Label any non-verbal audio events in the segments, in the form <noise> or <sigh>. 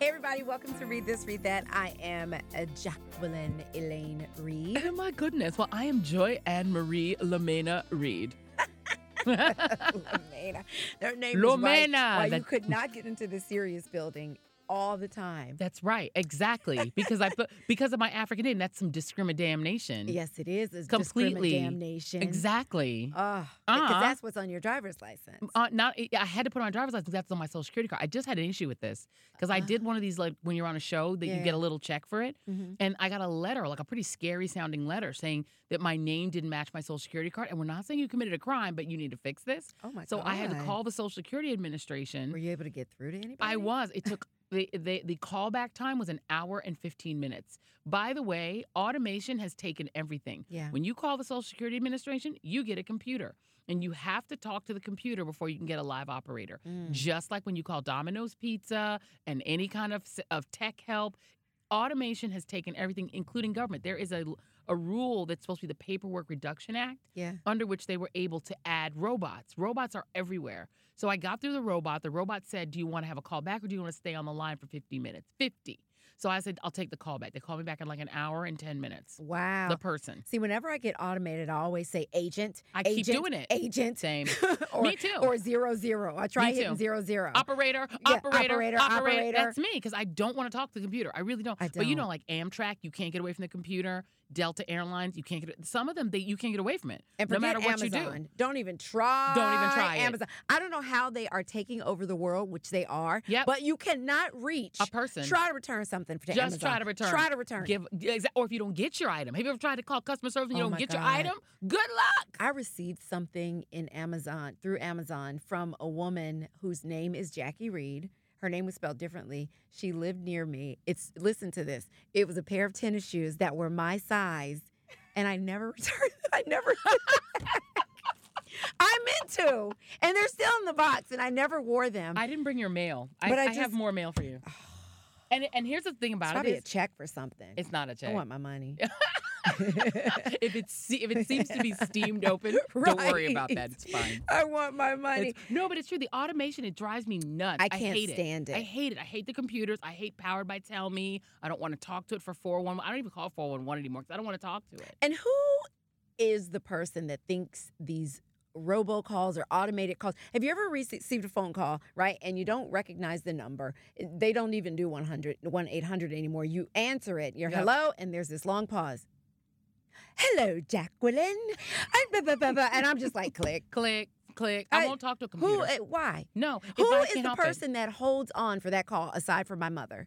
everybody. Welcome to Read This, Read That. I am uh, Jacqueline Elaine Reed. <laughs> <laughs> Oh my goodness. Well, I am Joy Anne Marie Lomena Reed. Lomena. Her name is why, Lomena. why you That- could not get into the serious building all the time. That's right. <laughs> Exactly. Because I put because of my African name, that's some discrimination. Yes, it is. It's Completely. Damnation. Exactly. Oh, Uh-uh. because that's what's on your driver's license. Uh, not I had to put on a driver's license. That's on my social security card. I just had an issue with this because I did one of these like when you're on a show that Yeah, you Ah. get yeah. a little check for it, Mhm. and I got a letter, like a pretty scary sounding letter, saying that my name didn't match my social security card, and we're not saying you committed a crime, but you need to fix this. Oh my so god! I had to call the Social Security Administration. Were you able to get through to anybody? I was. It took the, the the callback time was an hour and fifteen minutes. By the way, automation has taken everything. Yeah. When you call the Social Security Administration, you get a computer, and you have to talk to the computer before you can get a live operator. Mm. Just like when you call Domino's Pizza and any kind of s- of tech help. Automation has taken everything, including government. There is a, a rule that's supposed to be the Paperwork Reduction Act Yeah. under which they were able to add robots. Robots are everywhere. So I got through the robot. The robot said, Do you want to have a call back or do you want to stay on the line for 50 minutes? 50. So I said, I'll take the call back. They called me back in like an hour and 10 minutes. Wow. The person. See, whenever I get automated, I always say agent. I agent, keep doing it. Agent. <laughs> Same. or, Me too. Or zero zero. I try Me hitting too. zero zero. Operator, Yeah, operator, operator, operator, operator. That's me because I don't want to talk to the computer. I really don't. I But you know, don't. like Amtrak, you can't get away from the computer. Delta Airlines, you can't get. Some of them, they, you can't get away from it. and no forget matter what Amazon. you do. Don't even try. try it. Amazon. I don't know how they are taking over the world, which they are. Yep. But you cannot reach A person. Try to return something for Just try to return. Try to return. Give, yeah, exa- or if you don't get your item. Have you ever tried to call customer service and you Oh my don't get your God. item? Good luck. I received something in Amazon through Amazon from a woman whose name is Jackie Reed. Her name was spelled differently. She lived near me. It's listen to this. It was a pair of tennis shoes that were my size, and I never <laughs> returned. I never. <laughs> I meant to, and they're still in the box, and I never wore them. I didn't bring your mail. I, But I I, just- have more mail <sighs> for you. And and here's the thing it's about it probably is, a check for something. it's not a I check. want my money. if it's se- <laughs> if it seems to be steamed open, don't worry about that. It's fine. I want my money. It's- no, but it's true. The automation it drives me nuts. I can't hate stand it. I hate it. I hate the computers. I hate powered by Tell Me. I don't want to talk to it for four one. I don't even call four one one anymore because I don't want to talk to it. And who is the person that thinks these robocalls or automated calls? Have you ever received a phone call, right? And you don't recognize the number. Eh, They don't even do 100, 1 800 anymore. You answer it, you're Yeah. hello, and there's this long pause. Hello, Jacqueline. And blah, blah, blah, blah. And I'm just like, click. Click, click. I, I- won't talk to a computer. Who? eh, Why? no. if Who I is can't the help it. person that holds on for that call aside from my <laughs> mother?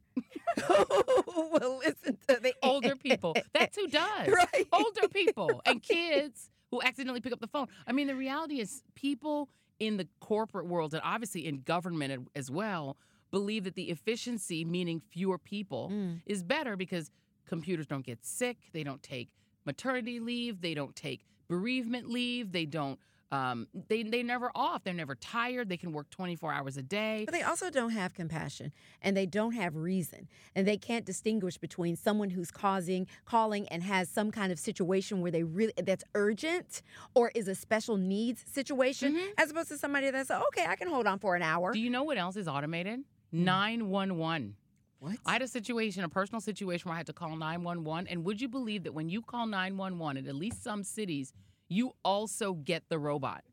<laughs> who will listen to the older people. <laughs> That's who does. Right. Older people <laughs> and kids who accidentally pick up the phone. I mean, the reality is people in the corporate world and obviously in government as well believe that the efficiency, meaning fewer people, Mm. is better because computers don't get sick, they don't take maternity leave, they don't take bereavement leave, they don't um, they they never off, they're never tired, they can work 24 hours a day. But they also don't have compassion and they don't have reason and they can't distinguish between someone who's causing calling and has some kind of situation where they really that's urgent or is a special needs situation as opposed to somebody that's okay, I can hold on for an hour. Mm-hmm. Do you know what else is automated? Mm. 911. What? I had a situation, a personal situation where I had to call 911. And would you believe that when you call 911 in at least some cities, you also get the robot?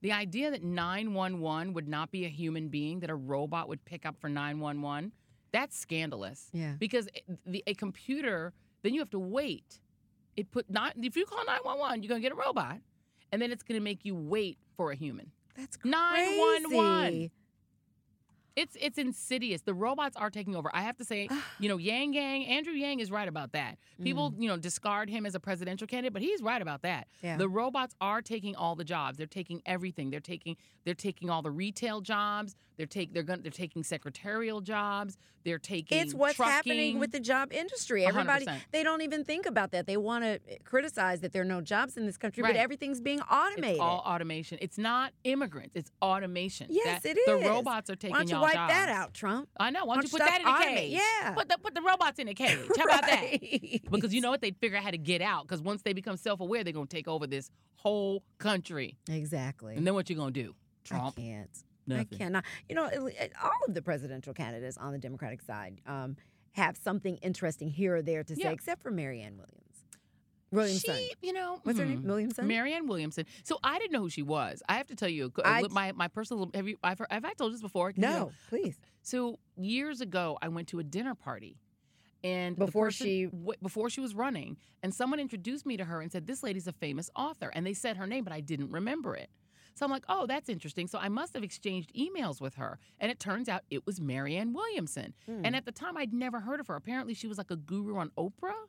The idea that 911 would not be a human being, that a robot would pick up for 911, that's scandalous. Yeah. Because it- the, a computer, then you have to wait. It put not if you call 911, you're going to get a robot, and then it's going to make you wait for a human. that's crazy. 911. It's it's insidious. The robots are taking over. I have <sighs> to say, you know, Yang Yang, Andrew Yang is right about that. People, you know, discard him as a presidential candidate, but he's right about that. Mm. Yeah. The robots are taking all the jobs. They're taking everything. They're taking they're taking all the retail jobs. They're take they're going they're taking secretarial jobs. They're taking It's what's happening trucking. with the job industry. Everybody 100%. they don't even think about that. They want to criticize that there are no jobs in this country, but Right. everything's being automated. It's all automation. It's not immigrants. It's automation. yes, That- it is. The robots are taking Why don't you y'all wipe jobs. that out, Trump? I know. Why don't you put Stop that in a automate. cage? Yeah. Put the put the robots in a cage. <laughs> How about that? <laughs> Right. Because you know what? They'd figure out how to get out. Because once they become self aware, they're going to take over this whole country. Exactly. And then what you going to do? I Trump. can't. I Nothing. cannot. You know, it- all of the presidential candidates on the Democratic side um, have something interesting here or there to Yeah. say, except for Marianne Williams. Williamson. She, you know, What's her hmm. name? Williamson? Marianne Williamson. So I didn't know who she was. I have to tell you, a- a I- li- my my personal. Have you? I've heard, have I told you this before? 'Cause, you know, no, please. So years ago, I went to a dinner party, and the Before person- she- w- before she was running, and someone introduced me to her and said, "This lady's a famous author," and they said her name, but I didn't remember it. So I'm like, "Oh, that's interesting." So I must have exchanged emails with her, and it turns out it was Marianne Williamson. Hmm. And at the time, I'd never heard of her. Apparently, she was like a guru on Oprah,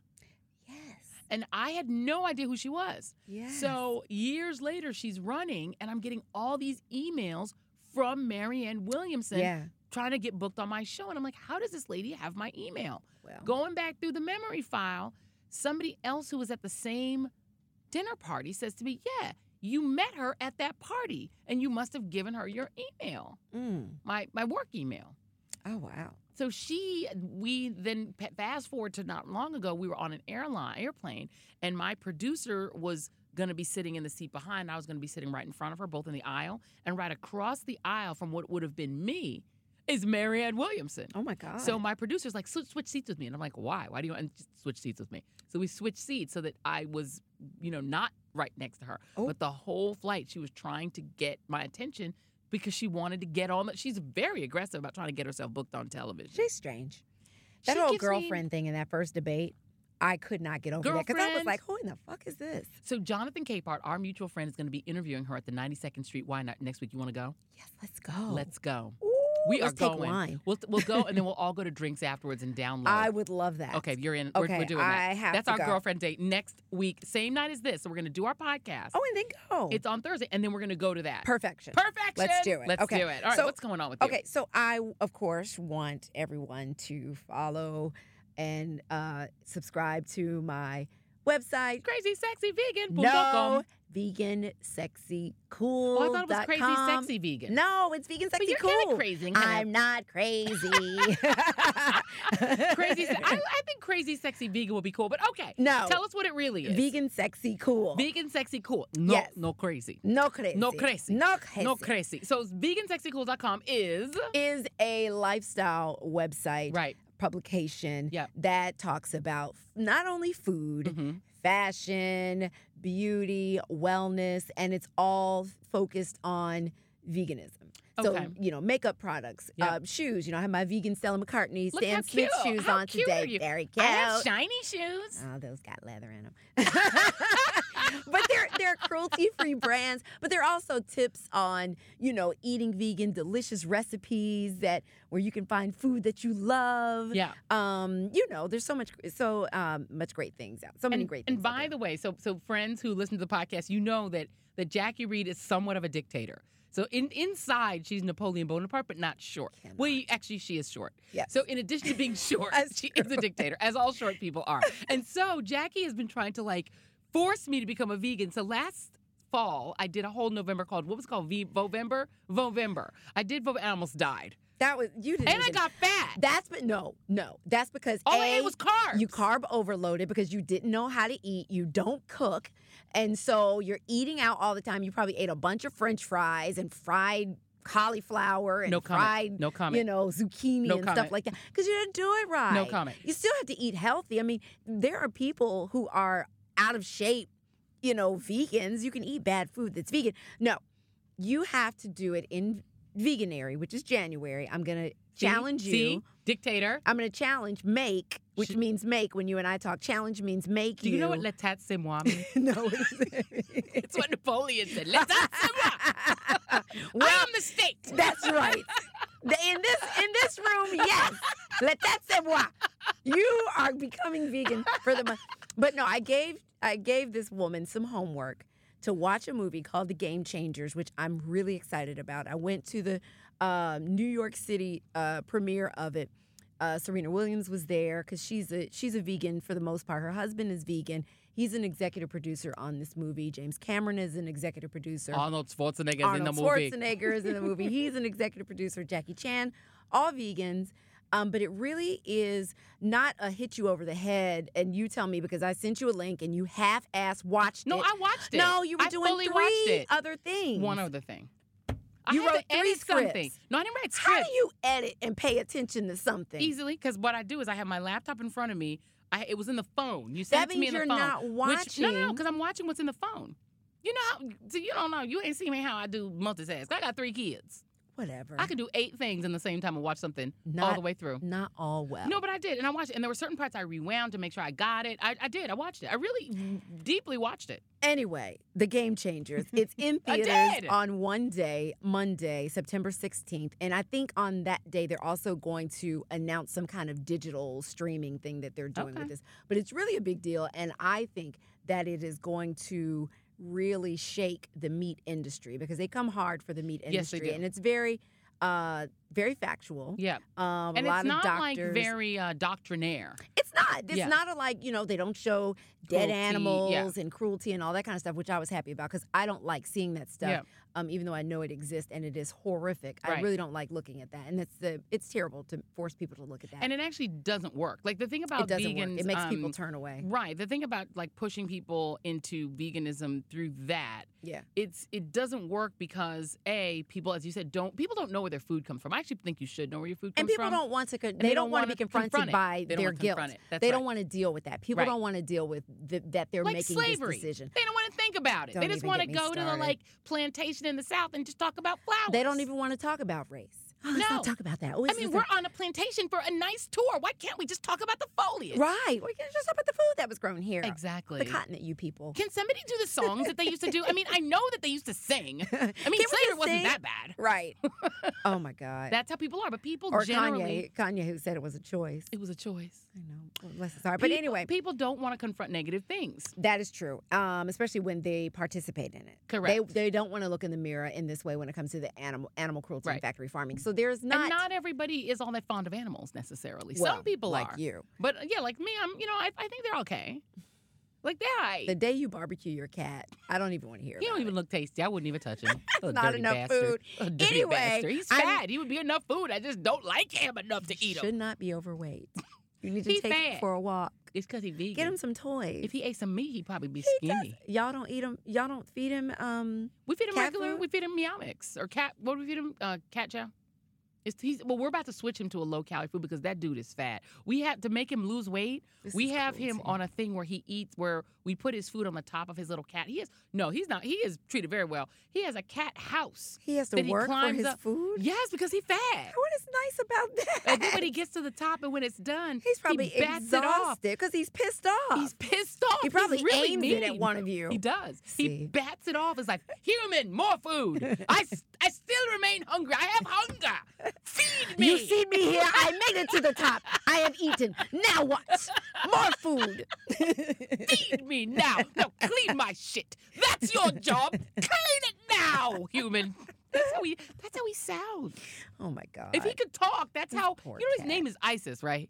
yes. and I had no idea who she was. Yes. So years later, she's running, and I'm getting all these emails from Marianne Williamson yeah. trying to get booked on my show. And I'm like, how does this lady have my email? Well, Going back through the memory file, somebody else who was at the same dinner party says to me, yeah, you met her at that party, and you must have given her your email, mm. my, my work email. Oh, wow. So she, we then pa- fast forward to not long ago, we were on an airline airplane, and my producer was going to be sitting in the seat behind. I was going to be sitting right in front of her, both in the aisle, and right across the aisle from what would have been me is Marianne Williamson. Oh, my God. So my producer's like, "Sw- switch seats with me, and I'm like, why? Why do you want to switch seats with me? So we switched seats so that I was, you know, not right next to her. Oh. But the whole flight, she was trying to get my attention because she wanted to get on. The, she's very aggressive about trying to get herself booked on television. She's strange. That She whole gives me- girlfriend thing in that first debate, I could not get over that because I was Girlfriend. like, who in the fuck is this? so Jonathan Capehart, our mutual friend, is going to be interviewing her at the 92nd Street Why Not next week. You want to go? Yes, let's go. Let's go. Ooh, We let's are take going. wine. We'll we'll go, and then we'll all go to drinks afterwards and download. I would love that. okay, you're in. We're, Okay, we're doing that. I have That's to our go. girlfriend date next week, same night as this. So we're going to do our podcast. Oh, and then go. It's on Thursday, and then we're gonna go to that. perfection. Perfection. Let's do it. Let's Okay. do it. All right. So- what's going on with you? Okay, so I, of course, want everyone to follow and uh, subscribe to my website. Crazy sexy vegan. No, vegan sexy cool. Oh, I thought it was crazy sexy vegan. No, it's vegan but sexy you're kind cool. of crazy. I'm <laughs> not crazy. <laughs> crazy. se- <laughs> I, I think crazy sexy vegan would be cool. But okay. No. Tell us what it really is. Vegan sexy cool. Vegan sexy cool. No. Yes. No crazy. no crazy. No crazy. No crazy. No crazy. So it's vegansexycool.com is Is a lifestyle website right. publication Yep. that talks about f- not only food, Mhm. fashion, beauty, wellness, and it's all focused on veganism. So, Okay. you know, makeup products, Yep. uh, shoes. You know, I have my vegan Stella McCartney, Look how Stan Smith cute. shoes How on cute today. are you? Very I cute. have shiny shoes. Oh, those got leather in them. <laughs> but they're they're cruelty-free brands, but they're also tips on, you know, eating vegan delicious recipes that where you can find food that you love. Yeah. Um, you know, there's so much so um much great things out. So many and, great things. and by the way, so so friends who listen to the podcast, you know that that Jackie Reed is somewhat of a dictator. So in, inside, she's Napoleon Bonaparte, but not short. Well, you, actually, she is short. Yes. So in addition to <laughs> being short, That's she is a dictator, as all short people <laughs> are. and so Jackie has been trying to like force me to become a vegan. So last fall, I did a whole November called what was it called v- Vovember. Vovember. I did Vovember. I almost died, that was you didn't and I even- got fat. that's but no, no. That's because all I A, ate was carbs. You carb overloaded because you didn't know how to eat. You don't cook. And so you're eating out all the time. You probably ate a bunch of french fries and fried cauliflower and No fried, comment. No comment. you know, zucchini No and stuff comment. like that because you didn't do it right. No comment. You still have to eat healthy. I mean, there are people who are out of shape, you know, vegans. You can eat bad food that's vegan. No, you have to do it in veganuary, which is January. I'm going to See? challenge you. See? dictator. I'm going to challenge make, which Sh- means make when you and I talk. Challenge means make Do you know what la tête c'est moi <laughs> means? no, <laughs> <laughs> it's That's what Napoleon said. Let's not <laughs> I am the state. <laughs> that's right. The- In this in this room, yes. Let that c'est moi. You are becoming vegan for the month. But no, I gave I gave this woman some homework to watch a movie called The Game Changers, which I'm really excited about. I went to the um, New York City uh, premiere of it. Uh, Serena Williams was there because she's a she's a vegan for the most part. Her husband is vegan. He's an executive producer on this movie. James Cameron is an executive producer. Arnold Schwarzenegger is in the Arnold movie. Schwarzenegger is in the movie. He's an executive producer. Jackie Chan, all vegans. Um, but it really is not a hit you over the head, and you tell me because I sent you a link and you half-ass watched No, it. I watched it. No, you were I doing fully three watched it. other things. One other thing. I You had wrote to three edit something. scripts. No, I didn't write How script do you edit and pay attention to something? easily because what I do is I have my laptop in front of me. I, it was in the phone. You sent That it to me means in you're the phone. not Which, no, no, watching. because I'm watching what's in the phone. You know, how, so you don't know. You ain't seen me how I do multitask. I got three kids. Whatever. I can do eight things in the same time and watch something all Not- the way through. Not all well. No, but I did, and I watched it. And there were certain parts I rewound to make sure I got it. I, I did. I watched it. I really deeply watched it. Anyway, The Game <laughs> Changers. It's in I theaters did. on one day, Monday, September 16th. And I think on that day, they're also going to announce some kind of digital streaming thing that they're doing with Okay. this. But it's really a big deal. And I think that it is going to really shake the meat industry because they come hard for the meat Yes, they industry. do. And it's very, uh, very factual. Yeah, Um, and a lot it's not of like doctors. very uh, doctrinaire. It's not. It's Yeah. not a like you know they don't show dead Cruelty, yeah. animals and cruelty and all that kind of stuff, which I was happy about because I don't like seeing that stuff. Yeah. Um, even though I know it exists and it is horrific, I Right. really don't like looking at that, and it's the it's terrible to force people to look at that. And it actually doesn't work. Like the thing about it doesn't vegans, work. It makes people um, turn away. Right. The thing about like pushing people into veganism through that, Yeah. it's it doesn't work because a people, as you said, don't people don't know where their food comes from. I actually think you should know where your food And comes people from. don't want to. Con- they they, don't don't want to wanna be confronted confront it. by They don't their wanna guilt. confront it. That's they right. don't want to deal with that. People Right. don't want to deal with th- that they're like making slavery. this decision. They don't want to think about it. Don't they just even want to get me go to the started. like plantation in the south and just talk about flowers. They don't even want to talk about race. <gasps> Oh, let's No. not talk about that. I mean, we're on a plantation for a nice tour. Why can't we just talk about the foliage? right. We can just talk about the food that was grown here. Exactly. The continent, you people. Can somebody do the songs that they used to do? I mean, I know that they used <laughs> to sing. I mean, Can we slavery just wasn't sing? that bad. Right. oh my God. That's how people are. But people or generally Kanye, Kanye, who said it was a choice. It was a choice. I know. Oh, Bless his heart. But People- anyway, people don't want to confront negative things. that is true. Um, especially when they participate in it. Correct. They, they don't want to look in the mirror in this way when it comes to the animal animal cruelty Right. and factory farming. So there's not, and not everybody is all that fond of animals necessarily. well, Some people like are. you. But uh, yeah, like me, I'm. You know, I, I think they're okay. Like they're all right. The day you barbecue your cat, I don't even want to hear. He about don't even it. look tasty. I wouldn't even touch him. <laughs> That's not enough bastard. food. A <laughs> dirty Anyway, bastard. he's I'm- fat. He would be enough food. I just don't like him enough to eat Should him. not be <laughs> overweight. You need to He's take fat. him for a walk. It's because he vegan. Get him some toys. If he ate some meat, he'd probably be He does- skinny. Y'all don't eat him. Y'all don't feed him. Um, We feed him Cat regular. food? We feed him meow mix or cat. What do we feed him? Uh, cat chow. It's, he's, well, we're about to switch him to a low calorie food because that dude is fat. We have to make him lose weight. this we is have him cruelty. on a thing where he eats, where we put his food on the top of his little cat. He is no, he's not. He is treated very well. He has a cat house. He has to that he work for climbs his up- food. Yes, because he's fat. <laughs> What is nice about <laughs> that? And then when he gets to the top and when it's done, he's probably he bats it off. exhausted because he's pissed off. he's pissed off. he He's probably really aims it at mean. one of you. He does. He See. bats it off. It's like, human, more food. <laughs> I, s- I still remain hungry. I have hunger. Feed me. You see me here. I made it to the top. I have eaten. Now what? More food. <laughs> Feed me now. Now clean my shit. That's your job. Clean it now, human. That's how he. That's how he sounds. oh my God. If he could talk, that's This how. poor you know his cat. name is ISIS, right?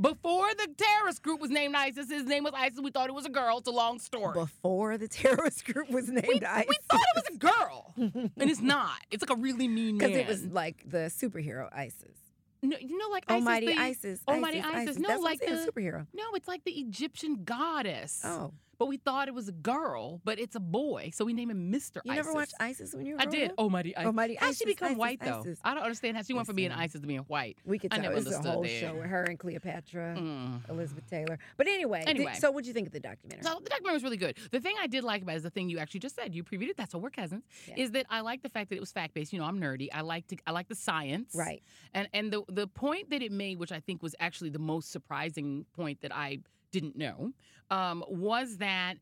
Before the terrorist group was named ISIS, his name was ISIS. We thought it was a girl. It's a long story. Before the terrorist group was named we, we ISIS. thought it was <laughs> a girl, and it's not. It's like a really mean man. because it was like the superhero ISIS. No, you know, like Almighty ISIS. they- ISIS. Almighty ISIS. ISIS. No, That's what I'm like saying, the- superhero. No, it's like the Egyptian goddess. Oh, But we thought it was a girl, but it's a boy, so we name him Mr. you ISIS. never watched ISIS when you were I growing did. Oh, up? Almighty ISIS. Almighty How ISIS. she become ISIS, white though? ISIS. I don't understand how she went from being Listen. ISIS to being white. We could I tell never this is a understood whole that. show with her and Cleopatra, Mm. Elizabeth Taylor. But anyway, th- Anyway. so what'd you think of the documentary? So the documentary was really good. The thing I did like about it is the thing you actually just said. You previewed it. That's what we're cousins. Yeah. Is that I like the fact that it was fact based. You know, I'm nerdy. I like to. I like the science. right. And and the the point that it made, which I think was actually the most surprising point that I didn't know, um, was that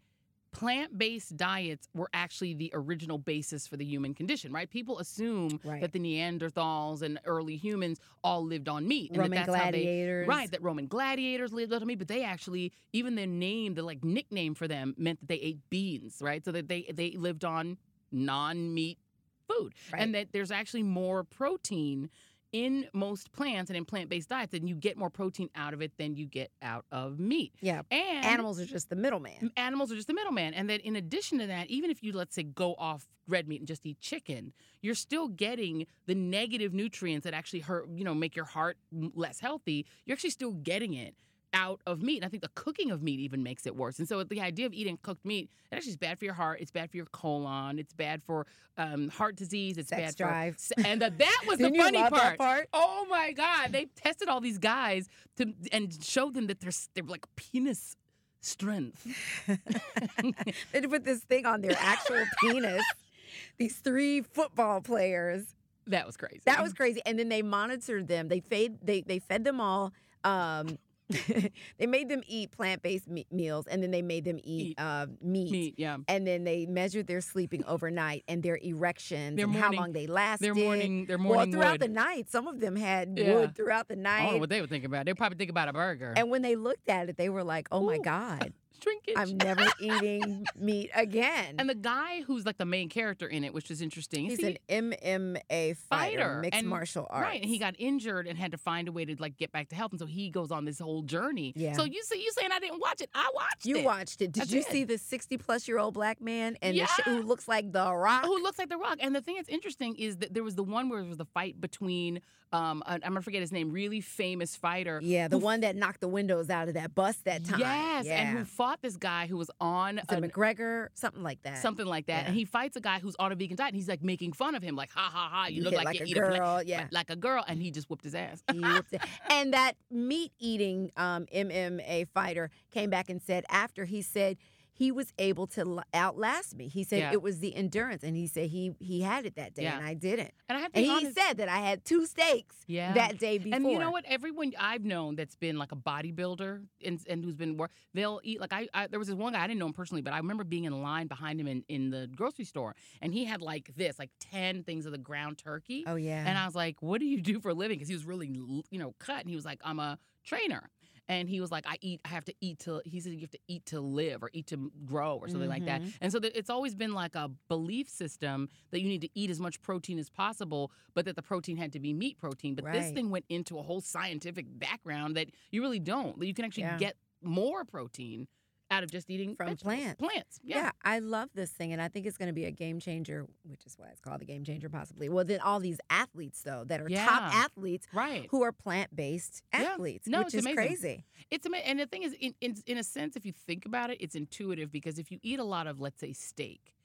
plant-based diets were actually the original basis for the human condition. Right? People assume Right. that the Neanderthals and early humans all lived on meat, and Roman that that's how they gladiators. Right, that Roman gladiators lived on meat, but they actually even their name, the like nickname for them, meant that they ate beans, right? So that they they lived on non-meat food, Right. and that there's actually more protein in most plants and in plant-based diets, and you get more protein out of it than you get out of meat. Yeah. And Animals are just the middleman. animals are just the middleman. And then in addition to that, even if you let's say go off red meat and just eat chicken, you're still getting the negative nutrients that actually hurt, you know, make your heart m- less healthy. You're actually still getting it out of meat. And I think the cooking of meat even makes it worse. And so the idea of eating cooked meat, it actually is bad for your heart. It's bad for your colon. It's bad for um, heart disease. It's Sex bad drive. for and the, that was <laughs> the Didn't you funny love that part? Oh my God! They tested all these guys to and showed them that they're they're like penis strength. They put this thing on their <laughs> actual penis. These three football players. That was crazy. That was crazy. And then they monitored them. They fed they they fed them all. Um, <laughs> they made them eat plant based me- meals, and then they made them eat, Eat uh, meat. meat. Yeah, And then they measured their sleeping overnight and their erections Their and how morning- long they lasted. their morning their well, morning throughout wood. the night, some of them had Yeah. wood throughout the I don't know night. what they were thinking about. They were probably thinking about a burger. and when they looked at it, they were like, "Oh my Ooh. <laughs> god, shrinkage. I'm never <laughs> eating meat again." and the guy who's like the main character in it, which is interesting. is He's he- an MMA fighter, Fighter, mixed and- martial arts. Right, and he got injured and had to find a way to like get back to health, and so he goes on this whole journey. Yeah. So you say you saying I didn't watch it? I watched You it. watched it. Did I you did. see the 60 plus year old black man and the sh- Yeah. who looks like The Rock? Who looks like The Rock? And the thing that's interesting is that there was the one where there was the fight between um I- I'm gonna forget his name, really famous fighter. yeah, the who- one that knocked the windows out of that bus that time. Yes, yeah. and who fought this guy who was on Is it an McGregor? Something like that. something like that, Yeah. and he fights a guy who's on a vegan diet, and he's like making fun of him, like ha ha ha, you, look hit like, like you a eat a plant, girl. yeah. like a girl, and he just whipped his ass. He whooped it. and that meat eating um, MMA fighter came back and said, after he said, he was able to l- outlast me. He said Yeah. it was the endurance, and he said he he had it that day, Yeah. and I didn't. And I have to And be he honest, said that I had two steaks yeah. that day before. And you know what? Everyone I've known that's been like a bodybuilder and, and who's been work, they'll eat like I, I. There was this one guy I didn't know him personally, but I remember being in line behind him in, in the grocery store, and he had like this, like ten things of the ground turkey, Oh yeah. and I was like, "What do you do for a living?" Because he was really, l- you know, cut, and he was like, "I'm a trainer." And he was like, "I eat. I have to eat to." He said, "You have to eat to live, or eat to m- grow, or something like that." Mhm. And so th- it's always been like a belief system that you need to eat as much protein as possible, but that the protein had to be meat protein. But this Right. thing went into a whole scientific background that you really don't. That you can actually Yeah. get more protein out of just eating From vegetables. plants. Plants, yeah. Yeah. I love this thing, and I think it's going to be a game changer, which is why it's called the game changer, possibly. Well, then all these athletes though that are top Yeah. athletes right. who are plant based Yeah. athletes, No, which it's is amazing. crazy. It's amazing. And the thing is, in, in, in a sense, if you think about it, it's intuitive because if you eat a lot of, let's say, steak,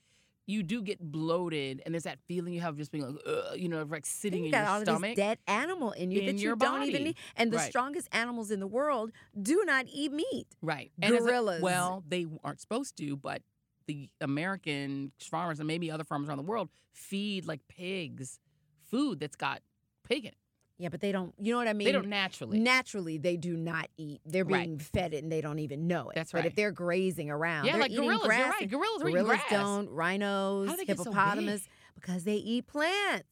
you do get bloated, and there's that feeling you have of just being like, Ugh, you know, of, like And sitting you in got your all of stomach. this dead animal in you in that you your don't even body. need, and the Right. strongest animals in the world do not eat meat. right. And as a- Gorillas. well, they aren't supposed to, but the American farmers and maybe other farmers around the world feed like pigs food that's got pig in it. Yeah, but they don't. You know what I mean? They don't naturally. Naturally, they do not eat. They're Right. being fed it, and they don't even know it. That's But right. if they're grazing around, yeah, they're like eating gorillas. grass. You're right. and- Gorillas, are eating Gorillas grass. don't. Rhinos, How do they get so big? hippopotamus, because they eat plants.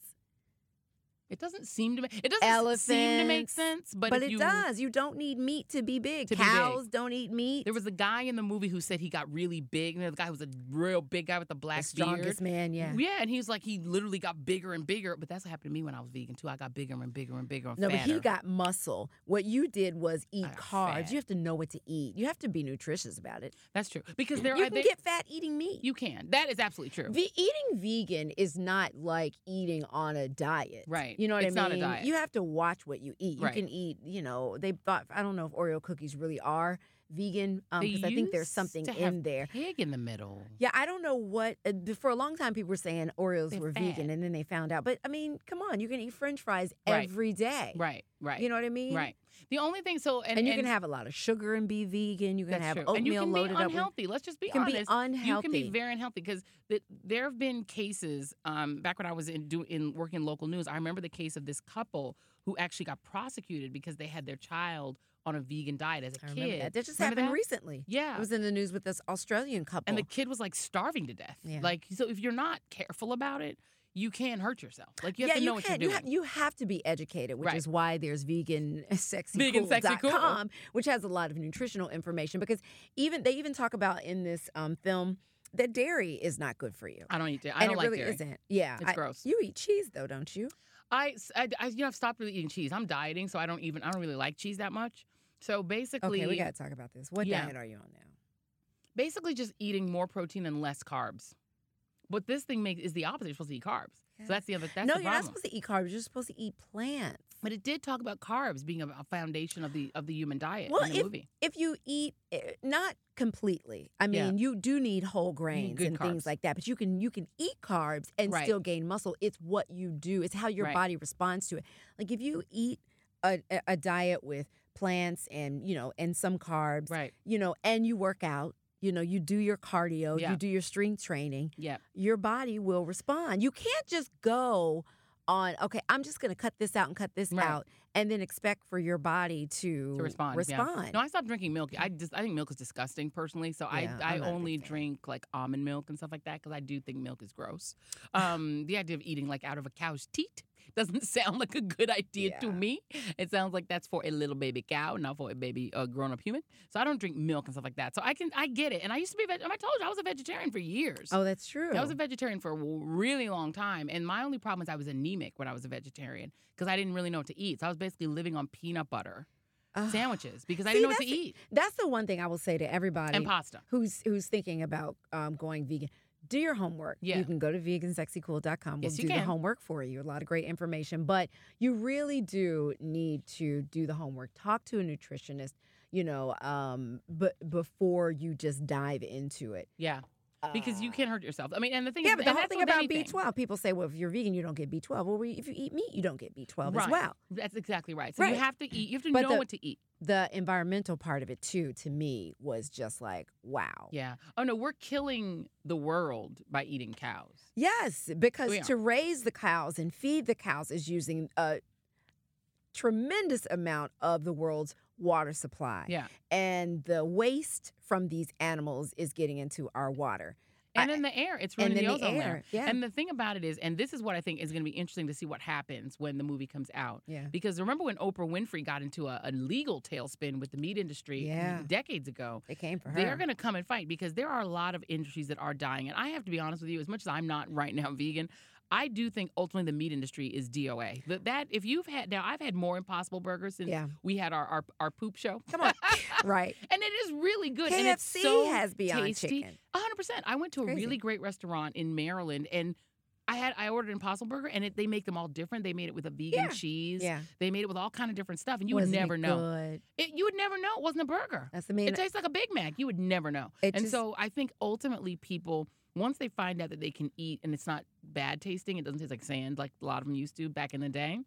It doesn't seem to make it doesn't s- seem to make Elephants. sense, but, But, if it you does. You don't need meat to be big. To be big. Cows don't eat meat. There was a guy in the movie who said he got really big. And the guy who was a real big guy with the the black strongest man, yeah. beard. Yeah, and he was like, he literally got bigger and bigger. But that's what happened to me when I was vegan too. I got bigger and bigger and bigger and No, but fatter. he got muscle. What you did was eat got carbs. fat. You have to know what to eat. You have to be nutritious about it. that's true because there you are can they- get fat eating meat. you can. That is absolutely true. Ve- eating vegan is not like eating on a diet. Right. You know what It's I not a mean? diet. You have to watch what you eat. You Right. can eat, you know, they thought, I don't know if Oreo cookies really are vegan They because I think there's used something to have in there. Pig in the middle. Yeah, I don't know what. Uh, th- for a long time, people were saying Oreos They're were fat. vegan, and then they found out. But I mean, come on, you can eat French fries Right. every day. Right. Right. You know what I mean? Right. The only thing so and, And, you can have a lot of sugar and be vegan. You can that's have true. oatmeal and you can loaded be up. With, unhealthy. Let's just be you can honest. be unhealthy. You can be very unhealthy because th- there have been cases. Um, back when I was in do, in working local news, I remember the case of this couple who actually got prosecuted because they had their child on a vegan diet as a I remember kid. that. That just Remember happened that? recently. Yeah, It was in the news with this Australian couple. and the kid was like starving to death. Yeah. Like, so if you're not careful about it, you can hurt yourself. Like, you have yeah, to know you what can't. you're you, ha- doing. you have to be educated, which Right. is why there's vegan <laughs> sexy Vegan Sexy Cool. cool.com, which has a lot of nutritional information. Because even they even talk about in this um, film that dairy is not good for you, I don't eat dairy. I and don't it like really dairy. isn't. Yeah, It's I- gross. You eat cheese though, don't you? I, s- I d- I- you know, I've stopped really eating cheese. I'm dieting, so I don't even, I don't really like cheese that much. So basically, Okay, we got to talk about this. What Yeah. diet are you on now? basically just eating more protein and less carbs. What this thing makes is the opposite. You're supposed to eat carbs. So that's the other. That's no, the you're not problem. supposed to eat carbs. You're supposed to eat plants. But it did talk about carbs being a a foundation of the of the human diet Well, in the movie. if you eat eh, not completely i mean Yeah. you do need whole grains good and things carbs. like that but you can you can eat carbs and Right. still gain muscle it's what you do it's how your Right. body responds to it like if you eat a, a, a diet with plants and you know and some carbs Right. you know and you work out you know you do your cardio Yeah. you do your strength training Yeah. your body will respond you can't just go on okay i'm just going to cut this out and cut this Right. out and then expect for your body to, To respond. yeah. respond No, I stopped drinking milk. I just I think milk is disgusting personally. So Yeah, I I'm I not a big only fan. drink like almond milk and stuff like that because I do think milk is gross. Um, the idea of eating like out of a cow's teat <laughs> doesn't sound like a good idea to Yeah. me. It sounds like that's for a little baby cow, not for a baby uh, grown up human. So I don't drink milk and stuff like that. So I can I get it. And I used to be a veg- I told you I was a vegetarian for years. Oh, that's true. I was a vegetarian for a w- really long time, and my only problem is I was anemic when I was a vegetarian because I didn't really know what to eat. So I was basically living on peanut <sighs> butter Ugh. sandwiches because I See, didn't know what to that's- eat Ah, That's the one thing I will say to everybody and pasta. who's who's thinking about um, going vegan. Do your homework. Yeah. You can go to vegansexycool.com. We'll Yes, do you the can. homework for you. A lot of great information, but you really do need to do the homework. Talk to a nutritionist, you know, um, but before you just dive into it. Yeah, because you Uh, can hurt yourself. I mean, and the thing Yeah, is, but the and whole that's thing with about anything. B12, people say, well, if you're vegan, you don't get B12. Well, we- if you eat meat, you don't get B12 right. as well. That's exactly right. So Right. you have to eat. You have to But know the- what to eat. The environmental part of it, too, to me, was just like, wow. Yeah. Oh no, we're killing the world by eating cows. Yes, because We are. to raise the cows and feed the cows is using a tremendous amount of the world's water supply. Yeah. And the waste from these animals is getting into our water. And I- in the air, it's and ruining then the the, ozone layer. air. Yeah. And the thing about it is, and this is what I think is going to be interesting to see what happens when the movie comes out. yeah. Because remember when Oprah Winfrey got into a, a legal tailspin with the meat industry Yeah. decades ago? It came for her. They are going to come and fight because there are a lot of industries that are dying. And I have to be honest with you, as much as I'm not right now <laughs> vegan, I do think ultimately the meat industry is DOA. That, that if you've had now, I've had more Impossible Burgers since Yeah. we had our, our our poop show. Come on. <laughs> right. and it is really good. KFC <laughs> and it's so has Beyond tasty. Chicken. A hundred percent. I went to a Crazy. really great restaurant in Maryland, and I had I ordered an Impossible Burger, and it, they make them all different. They made it with a vegan Yeah. cheese. Yeah. They made it with all kind of different stuff, and you Wasn't would it never know. good? It, you would never know it wasn't a burger. That's the main. it tastes like a Big Mac. You would never know. It and just- so I think ultimately people. Once they find out that they can eat and it's not bad tasting, it doesn't taste like sand like a lot of them used to back in the day,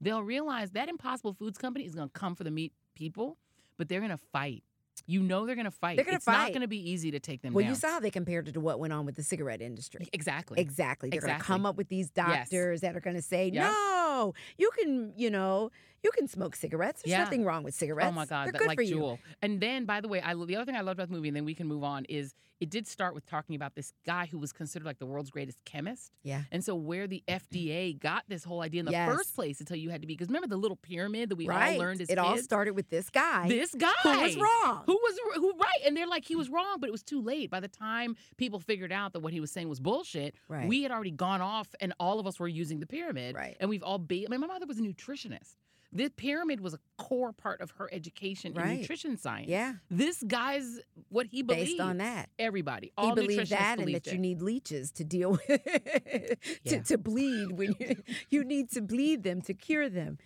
they'll realize that Impossible Foods Company is going to come for the meat people, but they're going to fight. You know they're going to fight. They're gonna it's not fight. going to be easy to take them well, down. you saw how they compared it to what went on with the cigarette industry. Exactly. Exactly. They're going to Exactly. come up with these Yes. doctors that are going to say, Yeah. "No, you can, you know, you can smoke cigarettes. There's Yeah. nothing wrong with cigarettes. Oh my God, they're that, good like for you." Jewel. And then, by the way, I lo- the other thing I loved about the movie, and then we can move on, is it did start with talking about this guy who was considered like the world's greatest chemist. Yeah. And so, where the FDA got this whole idea in the Yes. first place to tell you had to be, because remember the little pyramid that we right. all learned as it all kids? started with this guy This guy who was wrong. Who was r- who right? And they're like, he was wrong, but it was too late. By the time people figured out that what he was saying was bullshit, right. we had already gone off, and all of us were using the pyramid. right. and we've all been. I mean, my mother was a nutritionist. The pyramid was a core part of her education in Right. nutrition science. Yeah. This guy's what he believed. Based on that. everybody, He all nutritionists believed that and believed that you it. need leeches to deal with <laughs> Yeah. to, to bleed when you, <laughs> you need to bleed them to cure them.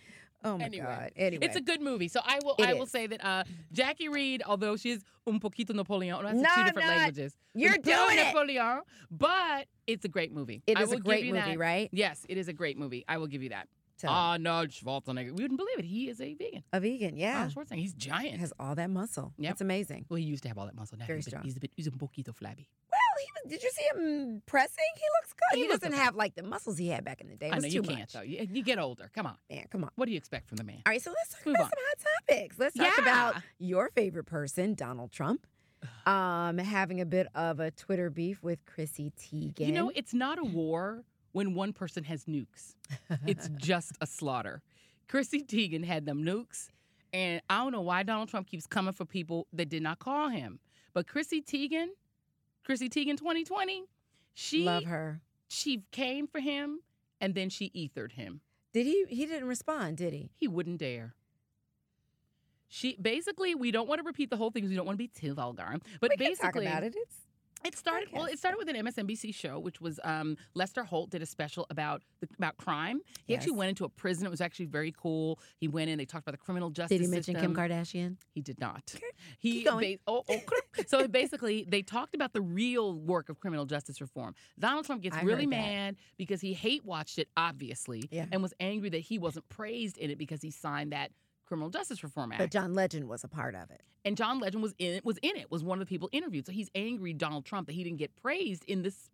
Oh my Anyway, God. Anyway. It's a good movie, so I will. It I will is. say that uh, Jackie Reed, although she's un poquito Napoleon, that's No, two I'm different not. languages. You're Un doing poquito it. Napoleon, but it's a great movie. It I is will a give great you movie, that. right? Yes, it is a great movie. I will give you that. So, Arnold Schwarzenegger. We wouldn't believe it. He is a vegan. a vegan, yeah. Arnold Schwarzenegger. He's giant. Has all that muscle. Yep. It's amazing. Well, he used to have all that muscle. Now Very he's, a bit- strong. he's a bit, he's a poquito flabby. Well, Oh, he was. Did you see him pressing? He looks good. He He, looks doesn't okay. have like the muscles he had back in the day. It I was know too you much. can't though. You, you get older. Come on. Man, come on. What do you expect from the man? All right, so let's talk Move about on. some hot topics. Let's talk about Yeah. your favorite person, Donald Trump, um, having a bit of a Twitter beef with Chrissy Teigen. You know, it's not a war when one person has nukes. It's <laughs> just a slaughter. Chrissy Teigen had them nukes, and I don't know why Donald Trump keeps coming for people that did not call him. But Chrissy Teigen, Chrissy Teigen, 2020, she love her. she came for him, and then she ethered him. Did he? He didn't respond, did he? He wouldn't dare. She basically, we don't want to repeat the whole thing because we don't want to be too vulgar. But we can basically, talk about it. It's It started well. Podcast. It started with an MSNBC show, which was um, Lester Holt did a special about the, about crime. He actually Yes. went into a prison. It was actually very cool. He went in. They talked about the criminal justice. Did he mention system. Kim Kardashian? He did not. He going. ba- oh, <laughs> oh, crap. so basically they talked about the real work of criminal justice reform. Donald Trump gets I really heard that. mad because he hate watched it obviously, Yeah. and was angry that he wasn't praised in it because he signed that criminal justice reform act. But John Legend was a part of it. and John Legend was in it. Was in it. Was one of the people interviewed. So he's angry Donald Trump that he didn't get praised in this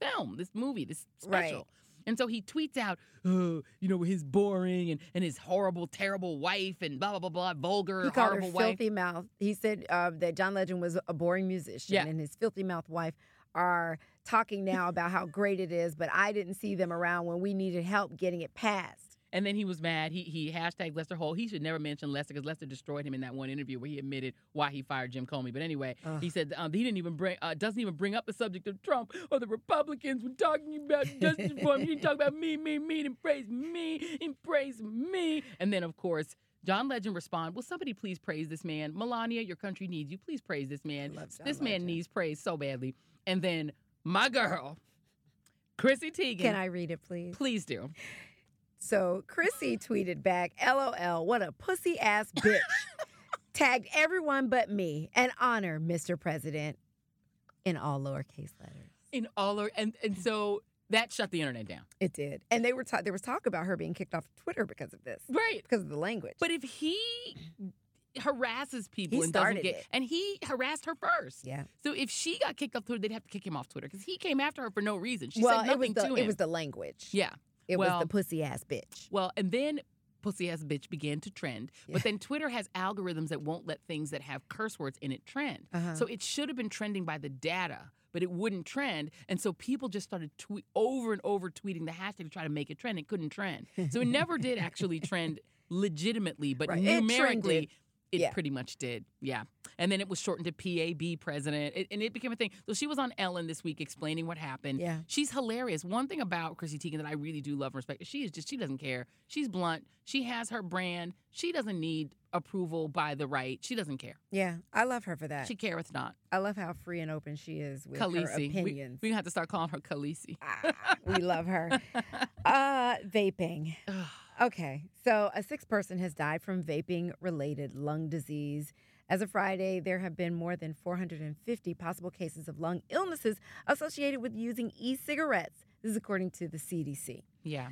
film, this movie, this Right. special. And so he tweets out, oh, you know, his boring and, and his horrible, terrible wife and blah blah blah blah, vulgar, He called her horrible wife. filthy mouth. He said uh, that John Legend was a boring musician, Yeah. and his filthy mouth wife are talking now about how great it is. But I didn't see them around when we needed help getting it passed. And then he was mad. He he hashtag Lester Holt. He should never mention Lester because Lester destroyed him in that one interview where he admitted why he fired Jim Comey. But anyway, Ugh. he said um, he didn't even bring uh, doesn't even bring up the subject of Trump or the Republicans when talking about justice reform. You talk about me, me, me, and praise me, and praise me. And then of course. John Legend respond, "Will somebody please praise this man? Melania, your country needs you. Please praise this man. love John This man Legend. needs praise so badly." And then my girl, Chrissy Teigen, Can I read it, please? please do. So Chrissy tweeted back, LOL, what a pussy <laughs> ass bitch. Tagged everyone but me and honor Mr. President in all lowercase letters. in all our and and so that shut the internet down It did. And they were ta- there was talk about her being kicked off Twitter because of this, right because of the language. but if he harasses people He and doesn't started get it. and he harassed her first yeah. so if she got kicked off twitter they'd have to kick him off twitter because he came after her for no reason she well, it said nothing was the to him it was the language. yeah It well- was the pussy ass bitch. well and then pussy ass bitch began to trend Yeah. but then twitter has algorithms that won't let things that have curse words in it trend Uh-huh. So it should have been trending by the data, but it wouldn't trend. And so people just started tweet over and over tweeting the hashtag to try to make it trend. It couldn't trend. So it never <laughs> did actually trend legitimately, but Right. It trended. numerically. It Yeah. pretty much did, yeah. And then it was shortened to PAB president, it, and it became a thing. So she was on Ellen this week explaining what happened. Yeah. She's hilarious. One thing about Chrissy Teigen that I really do love and respect, she is just, she doesn't care. She's blunt. She has her brand. She doesn't need approval by the right. She doesn't care. Yeah. I love her for that. She careth not. I love how free and open she is with her Khaleesi. We- opinions. We, are gonna have to start calling her Khaleesi. Ah, we love her. <laughs> Uh, vaping. Ugh. Okay, so a sixth person has died from vaping related lung disease. As of Friday, there have been more than 450 possible cases of lung illnesses associated with using e cigarettes. This is according to the CDC. Yeah.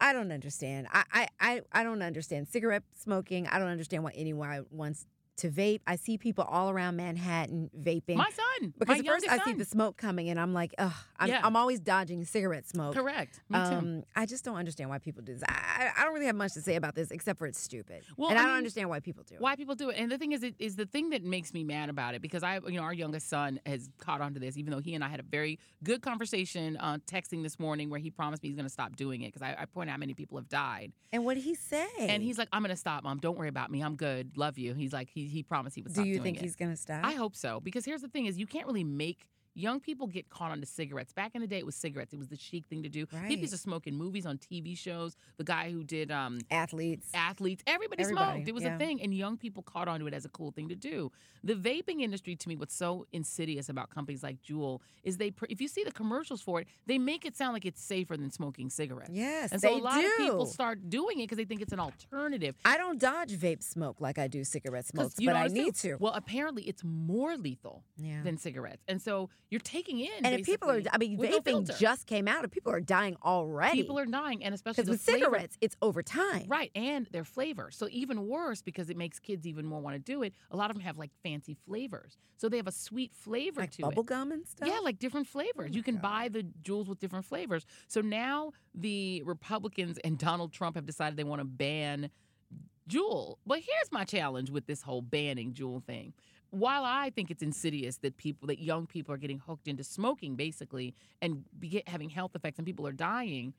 I don't understand. I, I, I, I don't understand cigarette smoking. I don't understand why anyone wants to vape. I see people all around Manhattan vaping. My son. because my at first youngest I see son. the smoke coming and I'm like, ugh, I'm, Yeah. I'm always dodging cigarette smoke. Correct. Me too. Um, I just don't understand why people do this. I, I I don't really have much to say about this except for it's stupid. Well, and I I, don't mean, understand why people do it. Why people do it. And the thing is, it is the thing that makes me mad about it because I, you know, our youngest son has caught on to this, even though he and I had a very good conversation uh, texting this morning where he promised me he's going to stop doing it because I, I point out how many people have died. And what did he say? And he's like, I'm going to stop, mom. Don't worry about me. I'm good. Love you. He's like, he, he promised he would Do stop you doing think it. he's gonna stop? I hope so because here's the thing: is you can't really make young people get caught onto cigarettes. Back in the day, it was cigarettes; it was the chic thing to do. People Right. used to smoke in movies, on TV shows. The guy who did um, Athletes. athletes, everybody, Everybody, smoked. It was yeah. a thing, and young people caught on to it as a cool thing to do. The vaping industry, to me, what's so insidious about companies like Juul is they, pr- if you see the commercials for it, they make it sound like it's safer than smoking cigarettes. Yes, And they so a lot do. of people start doing it because they think it's an alternative. I don't dodge vape smoke like I do cigarette smoke, 'Cause you but don't I understand- need to. Well, apparently it's more lethal yeah. than cigarettes. And so you're taking in. And if people are, basically, I mean, with no vaping filter. just came out, and people are dying already. people are dying, and especially because the with flavor- cigarettes, it's over time. Right, and their flavor. So even worse because it makes kids even more want to do it. A lot of them have like fancy flavors, so they have a sweet flavor Like to bubble it. gum and stuff. Oh Yeah, like different flavors. my you can God. buy the jewels with different flavors. So now the Republicans and Donald Trump have decided they want to ban Jewel. But here's my challenge with this whole banning Jewel thing. While I think it's insidious that people, that young people are getting hooked into smoking basically and be get, having health effects and people are dying,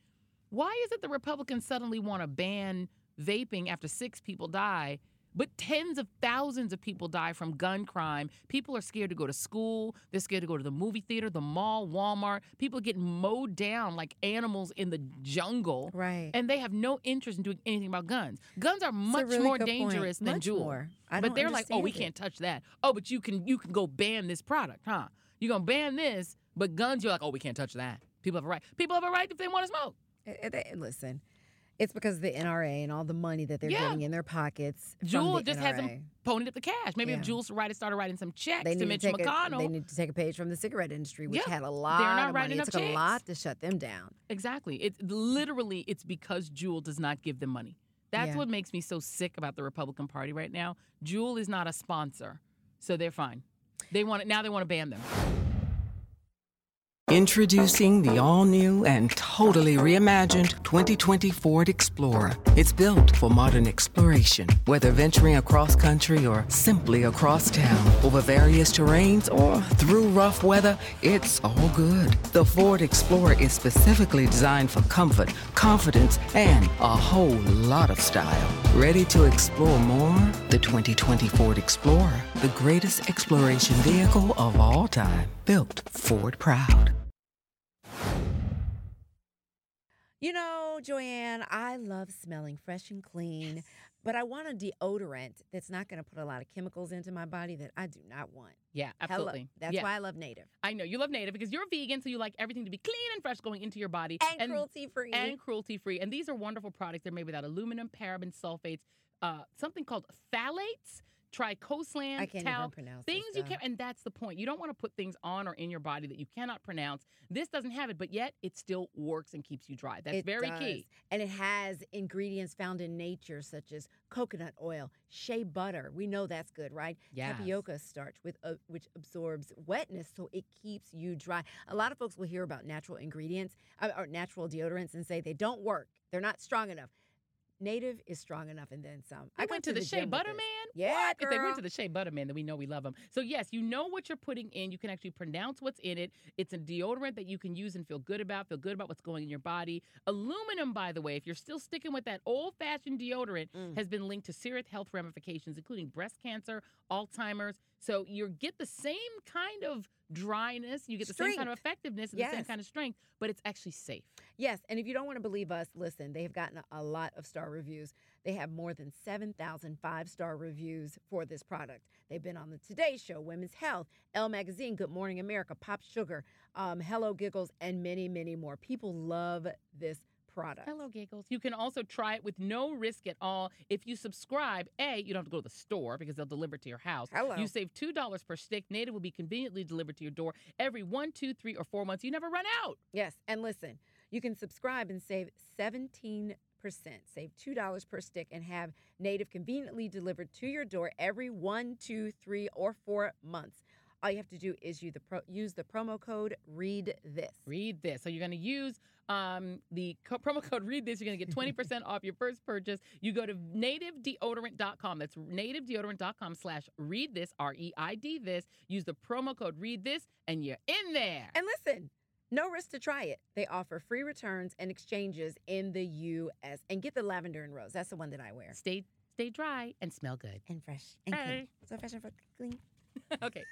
why is it the Republicans suddenly want to ban vaping after six people die? But tens of thousands of people die from gun crime. People are scared to go to school. They're scared to go to the movie theater, the mall, Walmart. People are getting mowed down like animals in the jungle. Right. And they have no interest in doing anything about guns. Guns are It's a much really more good point. dangerous than Much Juul. more. I But don't they're like, oh, we understand it." can't touch that. Oh, but you can you can go ban this product, huh? You're gonna ban this, but guns, you're like, oh, we can't touch that. People have a right. People have a right if they want to smoke. Uh, uh, they- listen, it's because of the NRA and all the money that they're Yeah. getting in their pockets. from Jewel the just NRA. has them ponying up the cash. Maybe Yeah. if Jules started, started writing some checks They to need Mitch to, take a, McConnell. they need to take a page from the cigarette industry, which Yeah. had a lot not of money. writing It up took a checks. lot to shut them down. Exactly. It literally it's because Jewel does not give them money. That's Yeah. what makes me so sick about the Republican Party right now. Jewel is not a sponsor, so they're fine. They want it now. They want to ban them. Introducing the all new and totally reimagined 2020 Ford Explorer. It's built for modern exploration, whether venturing across country or simply across town, over various terrains or through rough weather, it's all good. The Ford Explorer is specifically designed for comfort, confidence, and a whole lot of style. Ready to explore more? The 2020 Ford Explorer, the greatest exploration vehicle of all time, built Ford proud. You know, Joanne, I love smelling fresh and clean, but I want a deodorant that's not going to put a lot of chemicals into my body that I do not want. Yeah, Hello. absolutely. That's yeah. why I love native I know you love native because you're vegan, so you like everything to be clean and fresh going into your body and, cruelty free. and cruelty free. And these are wonderful products. They're made without aluminum, paraben, sulfates, uh, something called phthalates, tricosan, I can't even talc, pronounce this things you stuff. can and that's the point you don't want to put things on or in your body that you cannot pronounce this doesn't have it but yet it still works and keeps you dry that's It very does. key And it has ingredients found in nature, such as coconut oil, shea butter. We know that's good, right? Yes. Tapioca starch, with, uh, which absorbs wetness, so it keeps you dry. A lot of folks will hear about natural ingredients uh, or natural deodorants and say they don't work, they're not strong enough. Native is strong enough, and then some. I go went to the, gym Shea with Butter this. Man. Yeah, what? If they girl. went to the Shea Butter Man, then we know we love them. So yes, you know what you're putting in. You can actually pronounce what's in it. It's a deodorant that you can use and feel good about. Feel good about what's going in your body. Aluminum, by the way, if you're still sticking with that old-fashioned deodorant, Mm. has been linked to serious health ramifications, including breast cancer, Alzheimer's. So you get the same kind of dryness, you get the same kind Strength. of effectiveness, and the same Yes. kind of strength, but it's actually safe. Yes, and if you don't want to believe us, listen, they have gotten a- a lot of star reviews. They have more than 7,000 five star reviews for this product. They've been on the Today Show, Women's Health, Elle Magazine, Good Morning America, Pop Sugar, um, Hello Giggles, and many, many more. People love this product. Hello, giggles. You can also try it with no risk at all. If you subscribe, A, you don't have to go to the store because they'll deliver it to your house. Hello. You save $2 per stick. Native will be conveniently delivered to your door every one, two, three, or four months. You never run out. Yes, and listen, you can subscribe and save 17%, save $2 per stick, and have Native conveniently delivered to your door every one, two, three, or four months. All you have to do is use the, pro- use the promo code READ THIS. Read this. So you're going to use um, the co- <laughs> promo code read this. You're going to <laughs> get 20% off your first purchase. You go to nativedeodorant.com. That's nativedeodorant.com slash read this, R E I D this. Use the promo code read this, and you're in there. And listen, no risk to try it. They offer free returns and exchanges in the U.S. And get the lavender and rose. That's the one that I wear. stay, stay dry and smell good. And fresh and clean. Hey. So fresh and fresh, clean. <laughs> okay.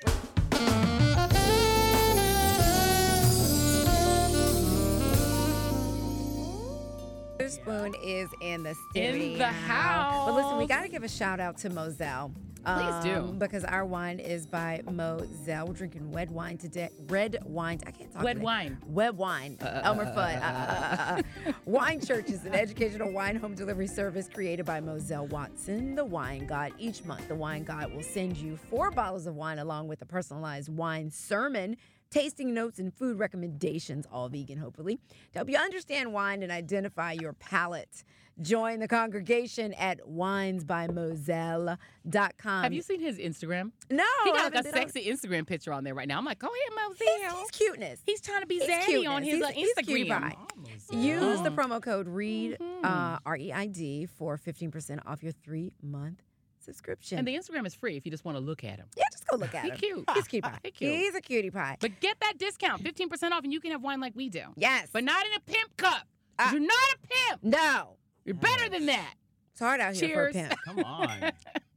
Witherspoon is in the studio. house. But listen, we got to give a shout out to Moselle. Um, Please do. Because our wine is by Moselle. We're drinking red wine today. Red wine. I can't talk Red today. wine. Web Wine, Elmer Fudd. uh, uh, <laughs> uh, uh, uh. wine Church is an educational wine home delivery service created by Moselle Watson, the wine god. Each month, the wine god will send you four bottles of wine along with a personalized wine sermon, tasting notes, and food recommendations, all vegan, hopefully, to help you understand wine and identify your palate. Join the congregation at winesbymoselle.com. Have you seen his Instagram? Um, No, he I got like haven't a been on- sexy Instagram picture on there right now. I'm like, go ahead, He's, Moselle. he's cuteness. He's trying to be he's zanny on cuteness. his uh, He's- he's cutie Instagram. Oh. Mm-hmm. pie. Use <gasps> the promo code READ, Hmm. uh, R E I D, for 15% off your three month subscription. And the Instagram is free if you just want to look at him. yeah, just go look <laughs> at He him. Ah. cute. He's cute pie. He cute. He's a cutie pie. But get that discount, 15% off, and you can have wine like we do. yes. But not in a pimp cup. 'cause Ah. You're not a pimp. no. You're Mm. better than that. It's hard out here for a Cheers. pimp. Come on.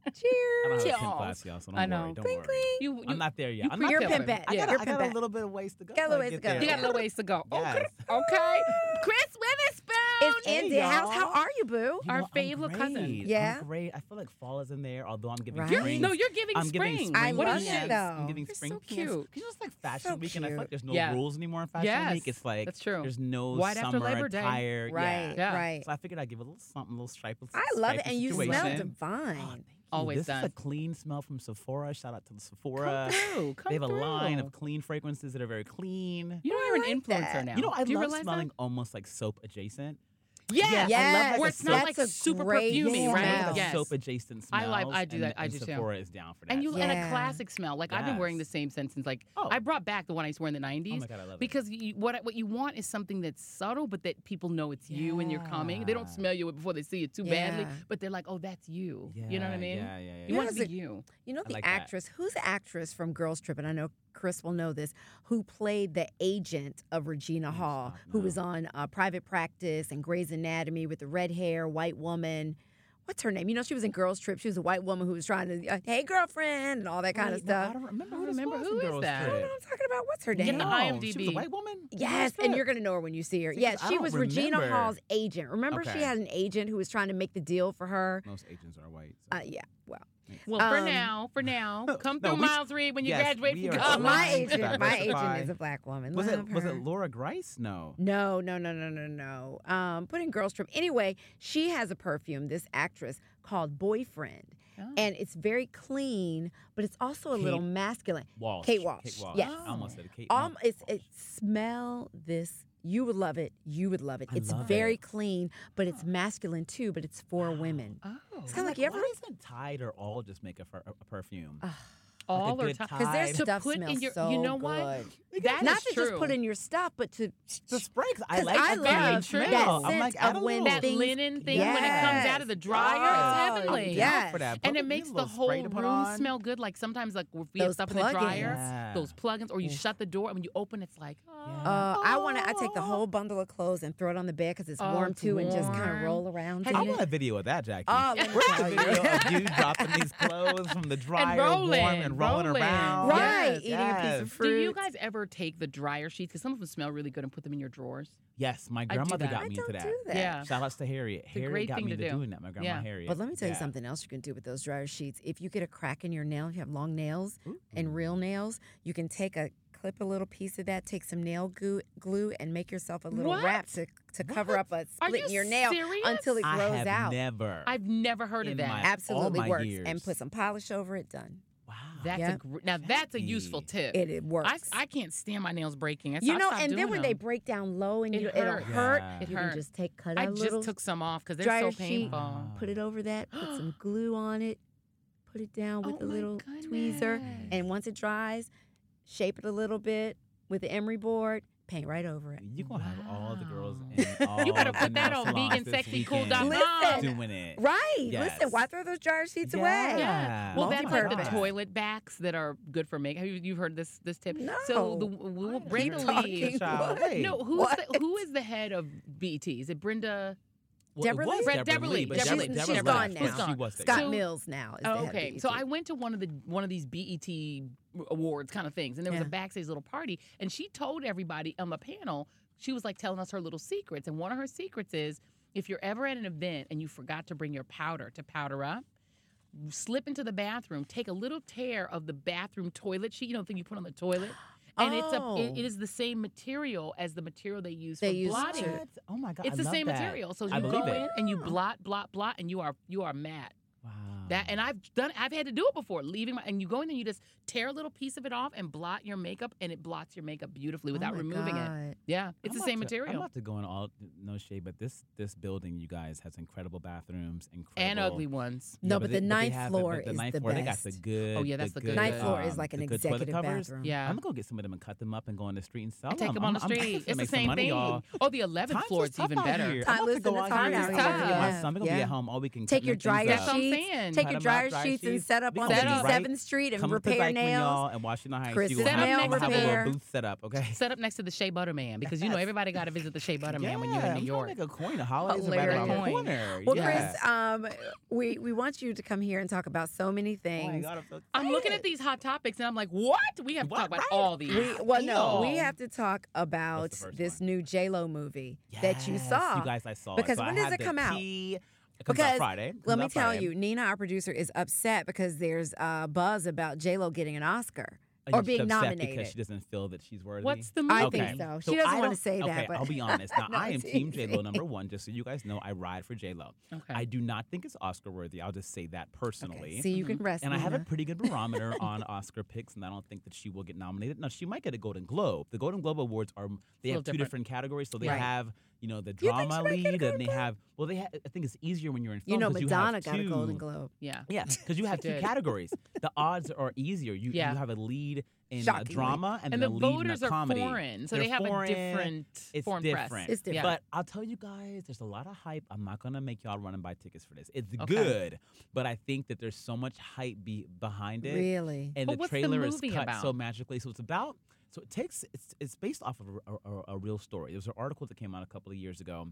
I don't Cheers. have a pimp Y'all. class, y'all, so don't I know. worry. Don't Cling, worry. cling. You, you, I'm not there yet. you I'm pre- not You're there. pimping. I Yeah. got, You're I got a pimping. little bit of ways to go. Got a till I ways get to go. <laughs> there. you got a little ways to go. Okay. Yes. Okay. Chris Witherspoon. It's Hey, Andy House. How y'all. are you, boo? You Our know, I'm favorite cousin. great. I'm Yeah. great. I feel like fall is in there, although I'm giving Right? You're- spring. no, you're giving I'm spring. giving spring. I love peeps. it, though. I'm giving You're spring so peeps. cute. 'Cause you know, it's like fashion So week, and I feel like there's no Yeah. rules anymore in fashion Yes. week. It's like That's true. there's no Right after summer Labor Day. attire. Right, Yeah. right. So I figured I'd give a little something, a little stripe. a I love it, stripy and you smell situation. Oh, divine. thank you. Always this is does. a clean smell from Sephora. Shout out to Sephora. Come through. Come they have a through. line of clean fragrances that are very clean. You know, Oh, I you're an like influencer that. now. You know, I Do you love realize smelling almost like soap adjacent. That? Yeah. Yeah. I love like Where a it's not That's like a super great perfumey, smell. right? Like Yes. soap adjacent I smells. like- I do and- that. I and do too. Sephora is down for that. And you yeah. and Yeah. a classic smell. Like I've been wearing the Yes. same scent since like Oh. I brought back the one I used to wear in the oh '90s my god, I love because you, what what you want is something that's subtle, but that people know it's you and you're coming. They don't Yeah. smell you before they see you too badly, Yeah. but they're like, "Oh, that's you." it. Yeah, you know what I mean? Yeah, yeah, yeah. You want to There's be you. You know I the like that. actress, who's the actress from Girls Trip, and I know Chris will know this, who played the agent of Regina Yes, Hall, I who know. was on uh, Private Practice and Grey's Anatomy with the red hair, white woman. What's her name? You know, she was in Girls Trip. She was a white woman who was trying to, uh, hey girlfriend, and all that kind of Wait, no, I stuff. don't remember who, this remember was who in is Girls that. I don't Trip. know what I'm talking about. What's her Get name? the No, She was IMDb. a white woman. in Girls Yes, and Trip. you're gonna know her when you see her. See, 'cause yeah, I she don't was Regina remember. Hall's agent. Remember, she Okay. had an agent who was trying to make the deal for her. Most agents are white. so- Uh, yeah, well, Well, for Um, now, for <laughs> now, come No, through we s- Miles Reed when you yes, graduate we from are college. aligned. Uh, my <laughs> Lines agent, my diversify. agent is a black woman. Was Love it was her. it Laura Grice? No. No, no, no, no, no, no. Um, put in Girls Trip. Anyway, she has a perfume, this actress, called Boyfriend. Mm. Oh. And it's very clean, but it's also a little Kate masculine. Walsh. Kate Walsh, Kate Walsh. yes. I almost said Kate. Um, no, it's Walsh. it, smell this. You would love it. You would love it. I it's love very it. clean, but it's masculine too. But it's for Wow. women. Oh, It's kind of like you Why ever. doesn't Tide or All just make a, fer- a perfume? Ugh. all like a or good time. Because their Tide. To stuff put in smells your- so you know good. what? That Not is to just true. put in your stuff, but to the spray, 'cause I 'Cause like I the perfume love smell. that I'm scent like, of I don't when know. that things- linen thing when it comes out of the dryer. Yes. It's heavenly. Yeah. For that. And Put it a makes the little whole spray to room put on. smell good. Like sometimes, like if we have Those stuff in the dryer, plugins. those plugins, or you shut the door and when you open, it's like, oh. Yeah. Uh, I want to. I take Oh. the whole bundle of clothes and throw it on the bed because it's Oh, warm it's too, and just kind of warm. roll around. in Have I you- it. want a video of that, Jackie. Oh, <laughs> let me Where's tell the you. video <laughs> of you dropping these clothes from the dryer, warm rolling, and rolling, rolling. around? Right, Yes, eating a piece yes. of fruit. Do you guys ever take the dryer sheets? Because some of them smell really good and put them in your drawers. Yes, my do grandmother that. got I me don't into that. do that. Yeah. Shout outs to Harriet. a Harriet great got thing me to into do. doing that. My grandma Yeah. Harriet. But let me tell you Yeah. something else you can do with those dryer sheets. If you get a crack in your nail, if you have long nails Ooh. Mm. and real nails, you can take a clip a little piece of that, take some nail goo, glue, and make yourself a little What? wrap to, to cover up a Are split you in your nail serious? until it I grows have out. never. I've never heard of In that. my- Absolutely my works. And years. put some polish over it. Done. wow. That's a Yep. gr- now that's a useful tip. It, it works. Uh, I, I can't stand my nails breaking. That's you why I know, stopped and then doing when they them. break down low and It you, it'll hurts. hurt, Yeah. It you hurt. can just take cut a I little just took some off because they're dryer so sheet. painful. put it over that, put <gasps> some glue on it, put it down with Oh a my little tweezer, goodness. and once it dries, shape it a little bit with the emery board, paint right over it. You're going to have all the girls Wow. in all You better the put that nail on salons this weekend Listen, vegansexicool.com. Doing it. Right. Listen, Yes. why throw those dryer sheets away? Yeah. Yeah. Well, that's like the Multi-purpose. toilet backs that are good for makeup. Have you you've heard this this tip? No. So the, we'll Why bring are the you talking? lead. Child, What? wait. No, who's What? the, who is the head of BT? Is it Brenda? Well, it Deborah was Lee? Brett- Deborah Deborah Lee, Lee. but She's- Deborah, she's Deborah gone left, now. but She was the Scott So- Mills now is the E Oh, head okay. of So BET. I went to one of the one of these BET awards kind of things, and there was Yeah. a backstage little party, and she told everybody on the panel she was like telling us her little secrets, and one of her secrets is if you're ever at an event and you forgot to bring your powder to powder up. Slip into the bathroom, take a little tear of the bathroom toilet sheet, you know, the thing you put on the toilet, and it's a Oh. it, it is the same material as the material they use They for use blotting. to- What? Oh my god. It's I the love same that. material. So I you go believe it. in and you blot, blot, blot, and you are you are matte. Wow. That and I've done I've had to do it before, leaving my and you go in there, you just tear a little piece of it off and blot your makeup and it blots your makeup beautifully Oh without removing it. Yeah. It's the Oh I'm same about to- I'm material. about to go in all no shade, but this this building you guys has incredible bathrooms, incredible And ugly ones. No, but they- the they ninth have floor the, is ninth the floor, They got the best. good. Oh, yeah, that's the good. Ninth floor um, is like an the good toilet executive covers. bathroom. Yeah. I'm gonna go get some of them and cut them up and go on the street and sell I them. take them on the I'm- I'm- I'm street. It's finna the make some same money, thing. y'all. Oh, the 11th Times floor is is tough even out better. here. Time- I'm about to listen, go it's out hard here out and here. start to get my Yeah. stomach. I'm gonna be Yeah. at home all weekend. Take your making things dryer up. That's what I'm sheets, saying. take take try your to mop dryer sheets and set up We on gonna set be up. 57th Street and Come to repair Dykeman, nails. y'all, and Washington Heights. Chris's you gonna have- nail I'm gonna have a repair. little booth set up, okay? Set up next to the Shea Butter Man because you know Yes. everybody got to visit the <laughs> Shea Butter Man yeah, when you're in I'm New trying York. to make a coin. The holidays are right around the Hilarious. corner. Oh Well, yes. Chris, um, we we want you to come here and talk about so many Oh my things. God, I'm so I'm looking at excited. these hot topics and I'm like, what? We have to talk What? about Right? all these. we, well, no, we Ew. have to talk about first this one? new J Lo movie yes. that you saw. You guys, I saw. Because it. So I when does had it the come out? tea. It comes Because out Friday. It Let comes me out tell Friday. you, Nina, our producer, is upset because there's uh, buzz about J Lo getting an Oscar. I think or she's being upset nominated. because she doesn't feel that she's worthy. What's the movie? I okay. think so. She doesn't I wanna don't- say that, Okay, but- <laughs> I'll be honest. Now No, I am it's Team J Lo easy. <laughs> number one. Just so you guys know, I ride for J Lo. Okay. I do not think it's Oscar worthy. I'll just say that Okay, personally. See, you can rest. Mm-hmm. and I have a Nina. pretty <laughs> good barometer on Oscar picks, and I don't think that she will get nominated. Now she might get a Golden Globe. The Golden Globe awards are they little have two different. different categories, so they Right. have you know the she drama might get a lead, and Golden they Globe? have well they ha- I think it's easier when you're in film. You know, 'cause Madonna have got a two- Golden Globe. yeah. <laughs> yeah, because you have two did. categories. The odds are easier. You, Yeah. you have a lead in a Shockingly. drama and, And the then a lead voters in a are comedy. foreign, so They're they have foreign. a different It's foreign press. different. It's Yeah. different. But I'll tell you guys, there's a lot of hype. I'm not gonna make y'all run and buy tickets for this. It's Okay. good, but I think that there's so much hype be- behind it, Really? and But the what's the trailer movie is cut so about? magically. So it's about. So it takes. It's it's based off of a, a- a, a real story. There was an article that came out a couple of years ago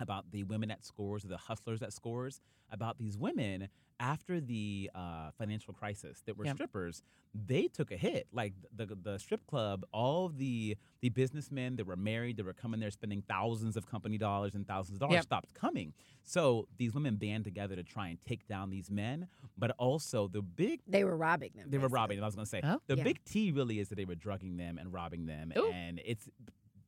about the women at scores, or the hustlers at scores, about these women after the uh, financial crisis that were Yep. strippers. They took a hit. Like the the strip club, all the the businessmen that were married, that were coming there spending thousands of company dollars and thousands of dollars, Yep. stopped coming. So these women band together to try and take down these men, but also the big They were robbing them. they were basically. robbing them. I was going to say Oh. the Yeah. big T really is that they were drugging them and robbing them, Ooh. and it's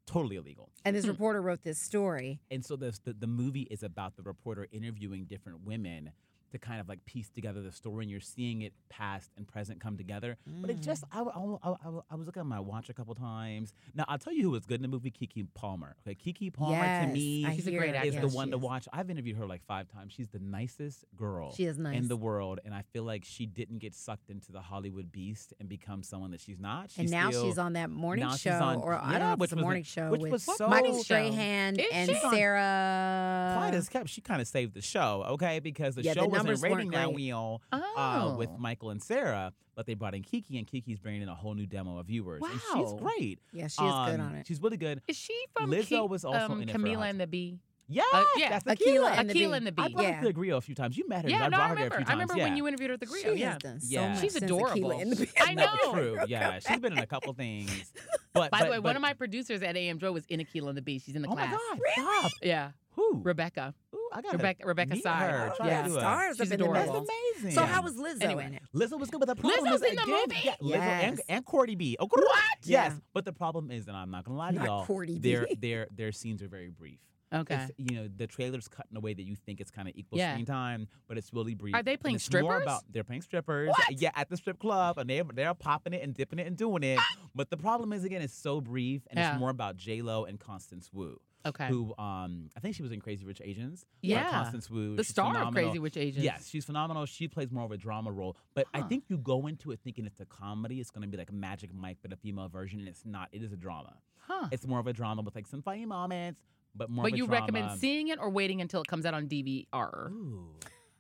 totally illegal. And this Hmm. reporter wrote this story. And so the, the the movie is about the reporter interviewing different women to kind of like piece together the story, and you're seeing it past and present come together. But it just I, wa- I, wa- I, wa- I was looking at my watch a couple times. Now I'll tell you who was good in the movie: Kiki Palmer. Okay, Kiki Palmer Yes, to me I She's a hear great it. is actress. the Yes, one she to is. watch. I've interviewed her like five times. She's the nicest girl She is nice. in the world, and I feel like she didn't get sucked into the Hollywood beast and become someone that she's not. She's and now still- she's on that morning now she's show, on- or I yeah, don't know if which it's a was- morning show which with was so- Michael Show. Strahan Is and she? Sarah. Quite as kept, she kind of saved the show, okay? Because the Yeah, the show numbers wasn't weren't rating that great. wheel uh, Oh. with Michael and Sarah, but they brought in Kiki, and Kiki's bringing in a whole new demo of viewers. And she's Wow. great. yeah, she is good Um, on it. She's really good. Is she from Lizzo Ki- was also um, in it for a hot Camila and the Bee? Yeah, yeah, that's Akilah Akilah. and the Bee. Akilah and the I Bee. brought Yeah. her to the Grill a few times. You met her. Yeah, no, I I brought her there a remember. few times. I remember when yeah. you interviewed her at the She grill. yeah. has done so Yeah. much She's since adorable. Akilah in the I Band. know. True. <laughs> Yeah, she's been in a couple things. But By but- the way, but- one of my producers at AM Joe was in Aquila and the Bee. She's in the oh class. my God, stop. Yeah. Who? Rebecca. Ooh, I got Rebecca Rebecca meet Sire. her. Try Yeah. to do it. Stars She's up in the That's adorable. middle. amazing. So how was Lizzo Anyway. in it? Lizzo was good, but the problem Lizzo's is in the again, movie? Yeah, Lizzo and, Yes. and Cardi B. Oh, what? Yes, but the problem is, and I'm not gonna lie to Not y'all, Cardi B. their their their scenes are very brief. Okay. It's, you know, the trailer's cut in a way that you think it's kind of equal Yeah. screen time, but it's really brief. Are they and playing it's more strippers? about- they're playing strippers. Yeah, at the strip club, and they're they're popping it and dipping it and doing it. but the problem is, again, it's so brief, and Ah! Yeah. it's more about J Lo and Constance Wu. okay. Who um I think she was in Crazy Rich Asians. but Yeah. Constance Wu. the she's star of phenomenal. Crazy Witch Agents. Yes, she's phenomenal. She plays more of a drama role, but I Huh. think you go into it thinking it's a comedy. It's going to be like Magic Mike, but a female version, and it's not. It is a drama. Huh. It's more of a drama with like some funny moments, but more. of But a you drama. recommend seeing it or waiting until it comes out on DVR? Ooh.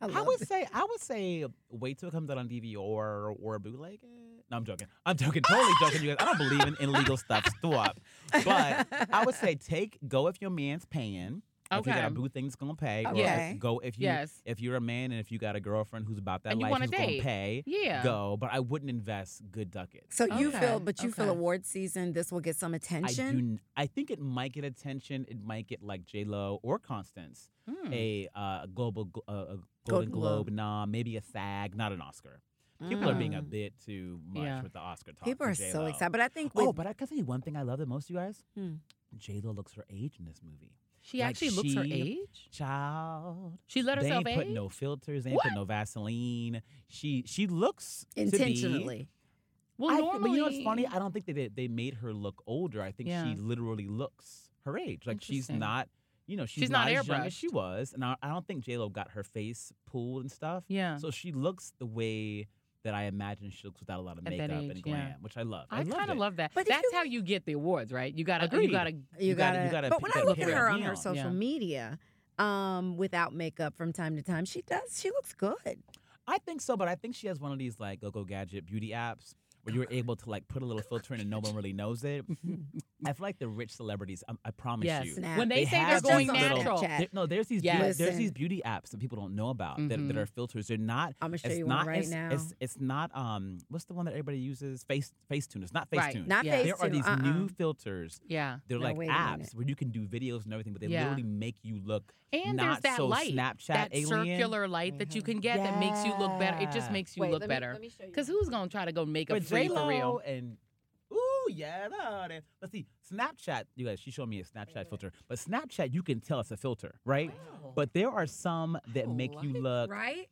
I I love would it. say I would say wait till it comes out on DVD or or bootleg it. No, I'm joking. I'm joking. <laughs> Totally joking, you guys. I don't believe in illegal stuff. Stop. But I would say take go if your man's paying. If you got a Okay. boo thing that's gonna pay, or Yes. if- go if you Yes. if you're a man and if you got a girlfriend who's about that And you life wanna who's gonna date. pay, Yeah. go. But I wouldn't invest good ducats. So you feel, Okay, but you feel okay. award season. This will get some I do. attention. n- I think it might get attention. It might get like J Lo or Constance Hmm. a uh, a global gl- uh, a Golden, Golden Globe, Globe. nom, maybe a SAG, not an Oscar. People are being a Mm. bit too much Yeah. with the Oscar talk. People for are so J.Lo. excited, but I think with Oh, but I can tell you one thing I love the most, you guys. Hmm. J Lo looks her age in this movie. She Like, actually looks her she- age. Child, She let they herself ain't put age? no filters, they ain't put What? no Vaseline. She she looks to be- intentionally, Well, I normally, think- but you know what's funny? I don't think that they, they made her look older. I think Yeah. she literally looks her age. Like she's Interesting. not, you know, she's, She's not as young as she airbrushed. was. And I, I don't think J Lo got her face pulled and stuff. Yeah. So she looks the way that I imagine she looks without a lot of At that makeup age, and glam, yeah. which I love. I, I kind of it. love that. But if That's you- how you get the awards, right? You gotta, Agreed. you gotta. you, you gotta, gotta- you gotta But p- when you I gotta look at pare it her on her down. social Yeah. media, um, without makeup from time to time, she does. She looks good. I think so, but I think she has one of these like go gadget beauty apps where you're able to like put a little filter in and no one really knows it. I feel like the rich celebrities. um, I, I promise Yes. you, Snap. When they, say they're have these going these little- natural, Snapchat. there- no, there's these Yes. beauty, there's these Listen. beauty apps that people don't know about that, Mhm. that are filters. They're not. I'm gonna show it's you not one right it's, now. It's, it's not um what's the one that everybody uses? Face Facetune. It's not Facetune. Right. Not Yeah. face there are tune, these uh-uh. new filters. yeah. They're No, like wait a minute. apps where you can do videos and everything, but they Yeah. literally make you look And not there's that so light, Snapchat that alien. circular light that Mm-hmm. you can get that makes you look better. It just Yeah. makes you look better. Because who's gonna try to go makeup But free for real? and ooh yeah, no, they- let's see. Snapchat, you guys, she showed me a Snapchat filter, but Snapchat you can tell it's a filter, right? But there are some that don't make you like look. right?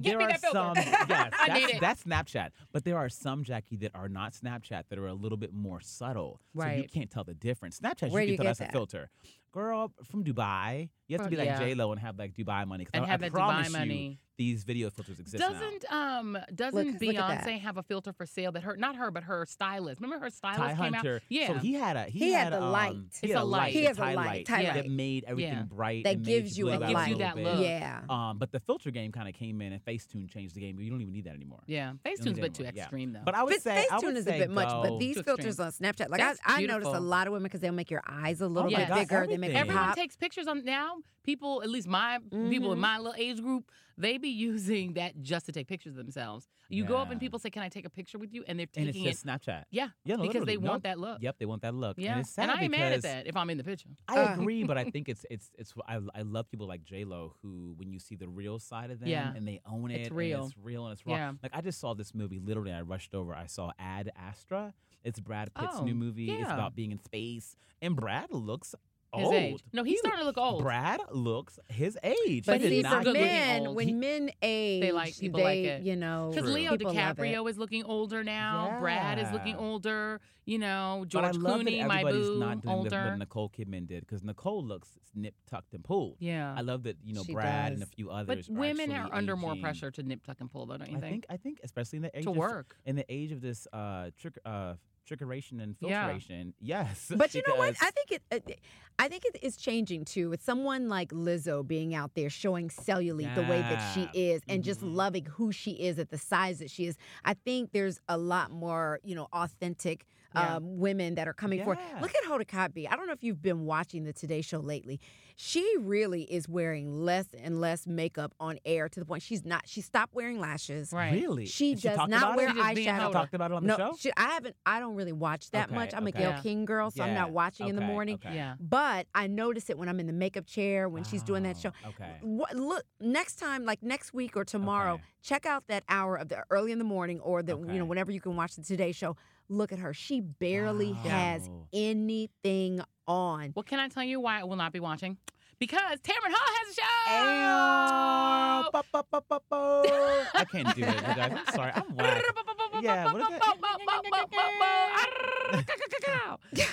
Get Ah! there me are that filter. <laughs> some yes, I need that's, it. that's Snapchat. But there are some Jackie that are not Snapchat that are a little bit more subtle, so you Right. can't tell the difference. Snapchat, Where do you you can tell get that's a that? filter. Girl from Dubai, you have From- to be like yeah. J Lo and have like Dubai money. 'cause and I, have I that promise Dubai you, money. these video filters exist now. Doesn't um doesn't look at that. Beyonce have a filter for sale that her not her but her stylist? Remember her stylist Ty came Hunter. out. Yeah, So he had a he, He had a, the um, light. he It's had a light. a He has a Ty light. Ty Yeah. that light. made everything Yeah. bright. That and made gives you blow a it out Gives light. you little that bit. look. Yeah. Um, but the filter game kind of came in, and Facetune changed the game. But you don't even need that anymore. yeah. Only Facetune's a bit too demo, yeah. extreme though. But I would But say I Facetune would is a say bit much, go- but these Too filters extreme. on Snapchat, like I, That's I noticed a beautiful. lot of women because they'll make your eyes a little my bit God, bigger. They make everything. them Everyone pop. takes pictures on now. People, at least my people Mm-hmm. in Mhm. my little age group, they be using that just to take pictures of themselves. You go up Yeah. and people say, "Can I take a picture with you?" And they're and taking it's just Snapchat. it, yeah, Yeah, no, because they literally, want nope. that look. Yep, they want that look. Yeah, and it's sad I ain't mad at because that if I'm in the picture. I Uh. agree, but I think it's it's it's I, I love people like J Lo who when you see the real side of them Yeah. and they own it, It's and real. it's real and it's raw. Yeah. Like I just saw this movie. Literally, I rushed over. I saw Ad Astra. It's Brad Pitt's Oh, new movie. It's yeah. about being in space, and Brad looks His old. age. No, he's He starting to look old. Brad looks his age. But He did see, not for get- men, old. when He- men age, like- people like they, it. You know, Because Leo people love it. DiCaprio is looking older now. Brad is looking Yeah. older. You know, but I George love Clooney, that my everybody's boo, not doing the- older. what Nicole Kidman did because Nicole looks nip tucked and pulled. yeah, I love that you know She Brad and a does. few but others. women are actually under more aging. pressure to nip, tuck, and pull, though, don't you I think? think I think especially in the age to of work. in the age of this uh trick uh trickeration and Yeah. filtration. Yes. <laughs> But you know what? because- I think it, uh, I think it is changing too. With someone like Lizzo being out there showing cellulite the way that she is, and just Mhm. loving who she is at the size that she is. I think there's a lot more, you know, authentic. Yeah. Um, women that are coming forward. Yeah. Look at Hoda Kotb. I don't know if you've been watching the Today Show lately. She really is wearing less and less makeup on air to the point she's not. She stopped wearing lashes. Right. really She And does talked not about wear it? She's being eyeshadow. held She talked about it on no, the show. she- I haven't. I don't really watch that Okay, much. I'm okay. a Gail Yeah. King girl, so I'm Yeah, not watching in the okay, morning. okay. Yeah. But I notice it when I'm in the makeup chair when she's doing that show. Oh, Okay. What, look, next time, like next week or tomorrow, Okay. check out that hour of the early in the morning or the you Okay. know whenever you can watch the Today Show. Look at her; she Oh. barely has Wow. anything on. Well, can I tell you why I will not be watching? Because Tamron Hall has a show. Ow, ba, ba, ba, ba, ba. I can't do it, you guys. I'm sorry. I'm whack. <laughs> Yeah, what is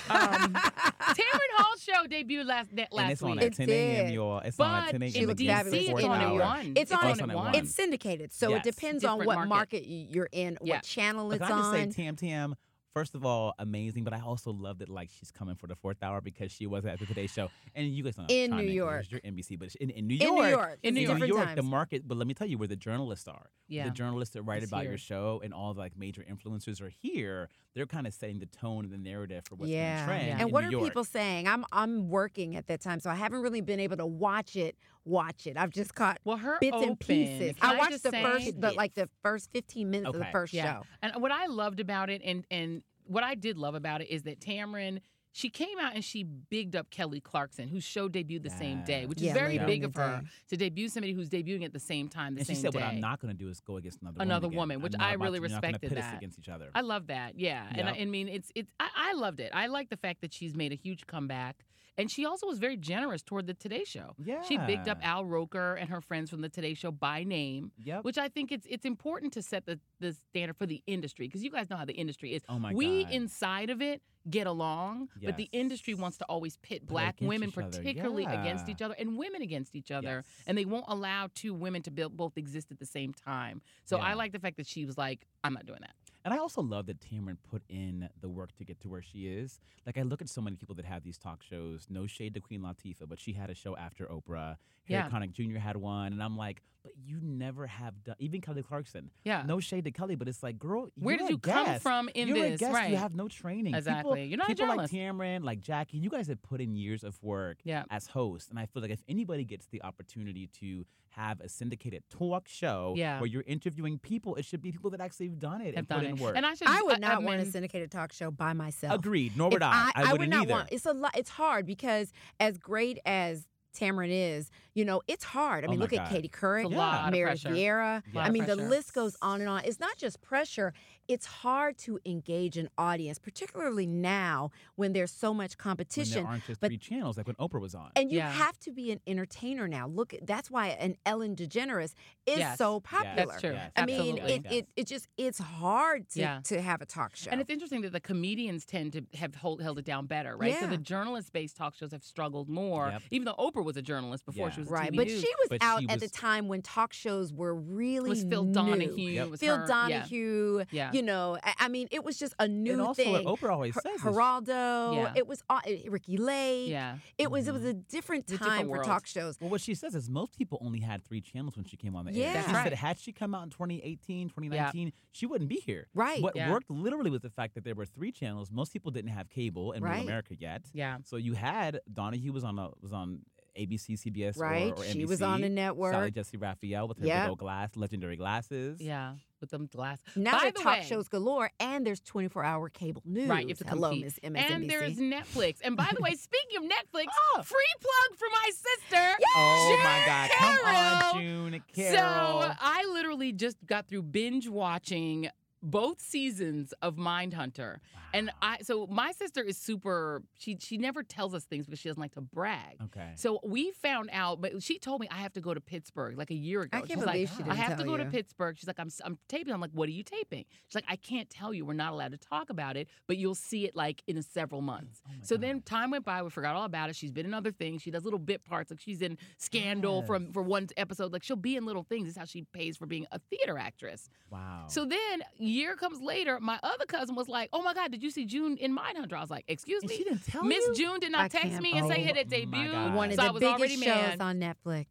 Um, <laughs> Tamron Hall's show debuted last that And last it's on week. at It 10 a.m. did. y'all. It's on at but 10 a.m. she in looks again fabulous. DC, for it's an on at hour. one. <laughs> It's on at one. It's syndicated, so Yes. it depends on Different what market. market y- you're in, Yeah. what channel Look, it's I just on. say Tam Tam. First of all, amazing, but I also love that like she's coming for the fourth hour because she was at the Today Show, and you guys don't have In time New in York. You're NBC, but in, in New in York, New York, it's in New York. different the times. market. But let me tell you where the journalists are. Yeah. The journalists that write It's about here. your show and all the like major influencers are here. They're kind of setting the tone and the narrative for what's yeah. going to trend. Yeah. And in what New are York. people saying? I'm I'm working at that time, so I haven't really been able to watch it. Watch it. I've just caught Well, her bits open. and pieces. Can I watched just the say- first, the, like the first 15 minutes of Okay. the first Yeah. show. And what I loved about it, and and what I did love about it, is that Tamron. She came out and she bigged up Kelly Clarkson, whose show debuted the same day, which is Yeah, very later in big the of her day. to debut somebody who's debuting at the same time, the And she same said, day. "What I'm not going to do is go against another Another woman, woman, again. which I'm not I about really to- you're not gonna respected pit us that. against each other. I love that. Yeah. And I, Yep. I mean, it's, it's, I, I loved it. I like the fact that she's made a huge comeback. And she also was very generous toward the Today Show. yeah, She picked up Al Roker and her friends from the Today Show by name, Yep. which I think it's it's important to set the, the standard for the industry because you guys know how the industry is. oh my we God. inside of it get along, but the Yes. industry wants to always pit Pit black against women, each other, particularly against yeah. each other, and women against each other. Yes. And they won't allow two women to build, both exist at the same time. So I Yeah. like the fact that she was like, I'm not doing that. And I also love that Tamron put in the work to get to where she is. Like I look at so many people that have these talk shows. No shade to Queen Latifah, but she had a show after Oprah. Yeah. Harry Connick Jr. had one, and I'm like, but you never have done. Even Kelly Clarkson. Yeah. No shade to Kelly, but it's like, girl, Where you're did a you come guest. from in you're this? A guest. Right. You have no training. People- Exactly. You're not a people journalist. like Tamron, like Jackie. You guys have put in years of work Yeah. as hosts, and I feel like if anybody gets the opportunity to have a syndicated talk show Yeah. where you're interviewing people, it should be people that actually have done it have and done put in it. work. And I should. I would not want mean, a syndicated talk show by myself. Agreed. Nor If would I. I, would wouldn't not either. want. It's a lot. It's hard because as great as Tamron is, you know, it's hard. I Oh mean, my look at God. Katie Couric, It's a lot of Mary pressure. Vieira. Lot I of mean, the pressure. list goes on and on. It's not just pressure; it's hard to engage an audience, particularly now when there's so much when competition. there aren't just but- three channels like when Oprah was on. And you Yeah. have to be an entertainer now. Look, that's why an Ellen DeGeneres is Yes. so Yes, popular. That's true. yes, I mean, Absolutely. it, it, it just it's hard to, Yeah. to have a talk show. And it's interesting that the comedians tend to have hold, held it down better, right? So Yeah. the journalist-based talk shows have struggled more, Yep. even though Oprah was a journalist before Yeah. she was a right, TV but news. she was But out she at the was- time when talk shows were really was Phil new. Donahue. Yep. Was Phil her, Donahue. Yeah. yeah. You know, I, I mean, it was just a new and also thing. what Oprah always Her- says is Geraldo. Yeah. It was all- Ricky Lake. Yeah. It was it was a different It's Mm-hmm. a time different for world. talk shows. Well, what she says is most people only had three channels when she came on the Yeah. air. That's she right. said had she come out in 2018, 2019, she wouldn't be here. Right. What Yeah. worked literally was the fact that there were three channels. Most people didn't have cable in Right. rural America yet. Yeah. So you had Donahue was on a, was on ABC, CBS, or- right. or, NBC. she was on a Sally network. Jesse Raphael with her Yep. big old glass, legendary glasses. Yeah. With them glass. Now By there are the talk way- shows galore, and there's 24-hour cable news. Right, you have to Hello, compete. Miss MSNBC. And there is Netflix. And by <laughs> the way, speaking of Netflix, Oh. free plug for my sister. Oh my June God! Come on, Carroll. June So Carroll. I literally just got through binge watching both seasons of Mindhunter. And I so my sister is super she she never tells us things because she doesn't like to brag. okay. So we found out, but she told me I have to go to Pittsburgh like a year ago. I can't She's like, believe she didn't I have tell to go to you. Pittsburgh. She's like, I'm, I'm taping. I'm like, what are you taping? She's like, I can't tell you. We're not allowed to talk about it, but you'll see it like in several months. Oh my so God. then time went by. We forgot all about it. She's been in other things. She does little bit parts. Like she's in Scandal from for one episode. Like she'll be in little things. This is how she pays for being a theater actress. wow. So then year comes later, my other cousin was like, oh my God, did you see June in Mindhunter? I was like, excuse And me. she didn't tell Miss you? June did not I text can't me and believe- say hey, it Oh my debuted. God. one of so I the was biggest already shows mad. on Netflix.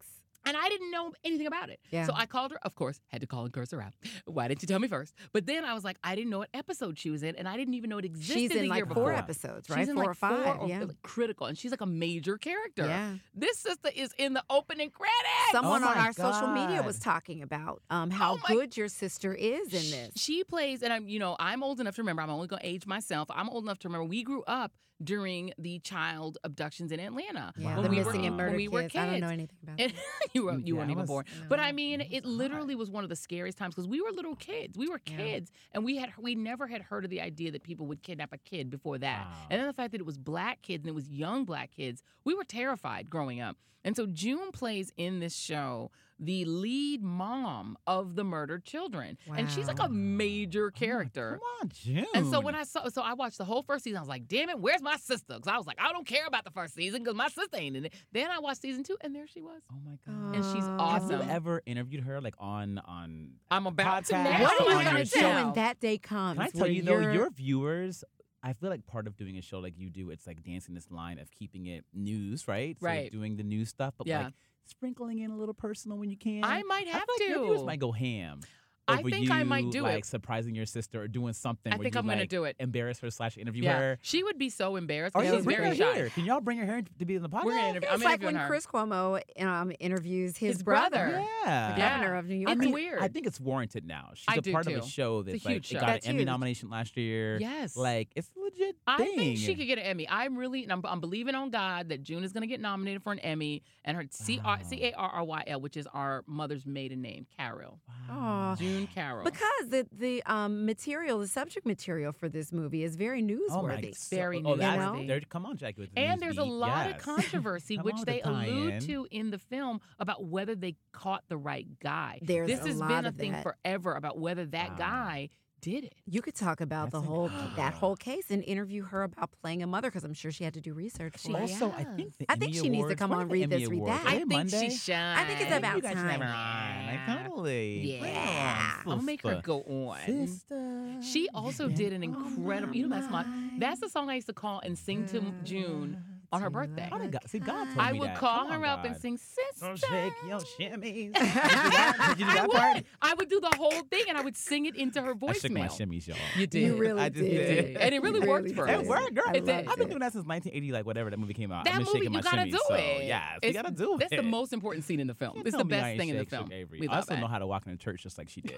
And I didn't know anything about it. Yeah. So I called her, of course, had to call and curse her out. Why didn't you tell me first? But then I was like, I didn't know what episode she was in, and I didn't even know it existed She's in the year like before. four episodes, She's right? in four like or five. or- yeah. like, critical, and she's like a major character. Yeah. This sister is in the opening credits. Someone on my our social media was God. talking about um, how Oh my- good your sister is in this. Sh- She plays, and I'm, you know, I'm old enough to remember. I'm only gonna age myself. I'm old enough to remember. We grew up during the child abductions in Atlanta. <laughs> yeah, when the we were missing and kids- murder when we were kids. I don't know kids. anything about. And <laughs> you were you Yeah, weren't I even was- born. No, But I mean, it it was literally was one of the scariest times because we were little kids. We were Yeah. kids, and we had we never had heard of the idea that people would kidnap a kid before that. Wow. And then the fact that it was black kids and it was young black kids, we were terrified growing up. And so June plays in this show the lead mom of the murdered children, and she's like Wow. a major Oh my- character. come on, June. And so when I saw, so I watched the whole first season. I was like, "Damn it, where's my sister?" Because I was like, "I don't care about the first season because my sister ain't in it." Then I watched season two, and there she was. oh my And God. And she's Have you awesome. ever interviewed her like on on? I'm about to Podcast. now. What are on you your gonna do show. when that day comes? Um, Can I tell where you though, you're- your viewers. I feel like part of doing a show like you do, it's like dancing this line of keeping it news, right? So, like, Right. doing the news stuff, but Yeah. like sprinkling in a little personal when you can. I might I have feel like to. Your viewers might go ham. I over think I might you, do it. like surprising your sister or doing something. I where think you, I'm gonna like, do it. Embarrass her slash interview yeah, her. she would be so embarrassed. Or and you yeah, she's bring very her shy. here. Can y'all bring her here to be in the podcast? We're gonna interview. I'm It's like interviewing when her. Chris Cuomo um, interviews his, His brother. Yeah. the Yeah. governor of New York. It's mean, weird. I think it's warranted now. She's I a do part of too. a show a that's huge like show. it got That's an Emmy huge. nomination last year. yes, Like it's a legit I thing. think she could get an Emmy. I'm really, and I'm, I'm believing on God that June is going to get nominated for an Emmy, and her C R Wow. C A R R Y L, which is our mother's maiden name, Carol, Aw. June Carol. Because the the um, material, the subject material for this movie is very Oh my newsworthy. God. very oh, that's, newsworthy. there- Come on, Jackie. With the and news there's a beat. lot of Yes. <laughs> controversy, Come which on with they the allude tie-in. to in the film about whether they caught the right guy. There's this a has lot been a of thing that. forever about whether that Wow. guy did it. You could talk about the That's whole incredible. that whole case and interview her about playing a mother because I'm sure she had to do research. She for it. Also, I think the I think Emmy she needs to Awards- come when on are the Read Emmy This, Read Awards? That. Are I I they think Monday? she shines. I think it's about you guys time. never are. Like, come Really? Yeah. I'll make her sister. go on. Sister. She also did an incredible. you know, that's my. That's the song I used to call and sing to Mm, June on her birthday. Oh, God. See, God told I me would that. call Come on, her up and God. sing, Don't "Sister." shake your shimmies. Did you do that? Did you do I that part? would. I would do the whole thing, and I would sing it into her I shook my voicemail. shimmies, y'all. You <laughs> did. You really I just did. did. And it really You worked for did. us. It worked, girl. I It loved did. I've been doing that since 1980, like whatever that movie came out. That I've been movie, shaking my you gotta shimmies, do so, it. Yes, we It's- gotta do it. That's the most important scene in the film. Can't It's tell the me I best ain't thing in the shake Shook film. Avery. We I love also know it. how to walk in a church just like <laughs> she did.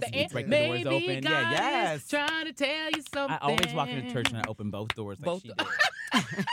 Yes, the me end, too. Break the doors maybe open. Yeah, God is yes. trying to tell you something. I always walk into church and I open both doors like Both <laughs> she do- did.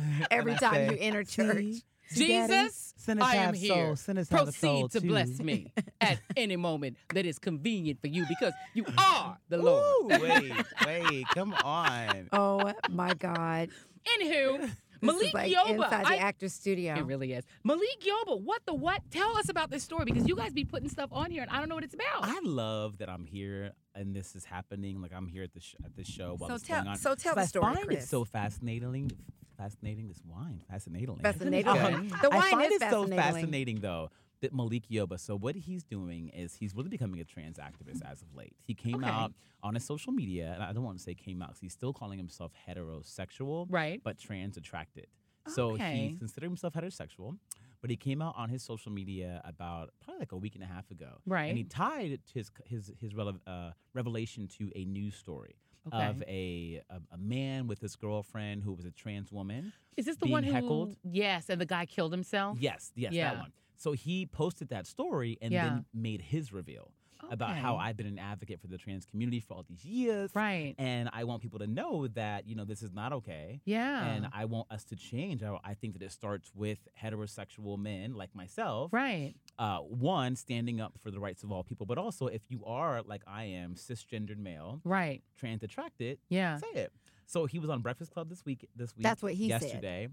<laughs> Every And I time say, you <laughs> enter church. "See, see, Daddy? Jesus, Sinners I am have here. souls. Sinners have a Proceed soul, to too. bless <laughs> me at any moment that is convenient for you, because <laughs> you are the Lord. Ooh, wait, wait, come on. <laughs> Oh my God. <laughs> Anywho, This Malik is like Yoba, inside I- the actor's studio. it really is. Malik Yoba, what the what? Tell us about this story because you guys be putting stuff on here and I don't know what it's about. I love that I'm here and this is happening. Like I'm here at the sh- at this show while so this is tell going on. so tell the Because story, I find Chris. it so fascinating. Fascinating this wine. Fascinating. Fascinating. Okay. The I wine find is it so fascinating. fascinating though that Malik Yoba. So what he's doing is he's really becoming a trans activist as of late. He came Okay. out on his social media, and I don't want to say came out 'cause he's still calling himself heterosexual, right. but trans attracted. So Okay. he considered himself heterosexual, but he came out on his social media about probably like a week and a half ago, Right. And he tied his his his rele- uh, revelation to a news story Okay. of a, a a man with his girlfriend who was a trans woman. Is this the being one who heckled? Yes, and the guy killed himself. Yes, yes, Oh. Yeah. that one. So he posted that story and then made his reveal about how Okay. I've been an advocate for the trans community for all these years. Right. And I want people to know that, you know, this is not okay. Yeah. And I want us to change. I, I think that it starts with heterosexual men like myself. right. Uh, one, standing up for the rights of all people, but also if you are, like I am, cisgendered male, Right. trans attracted, Yeah. say it. So he was on Breakfast Club this week. This week. That's what he said. yesterday.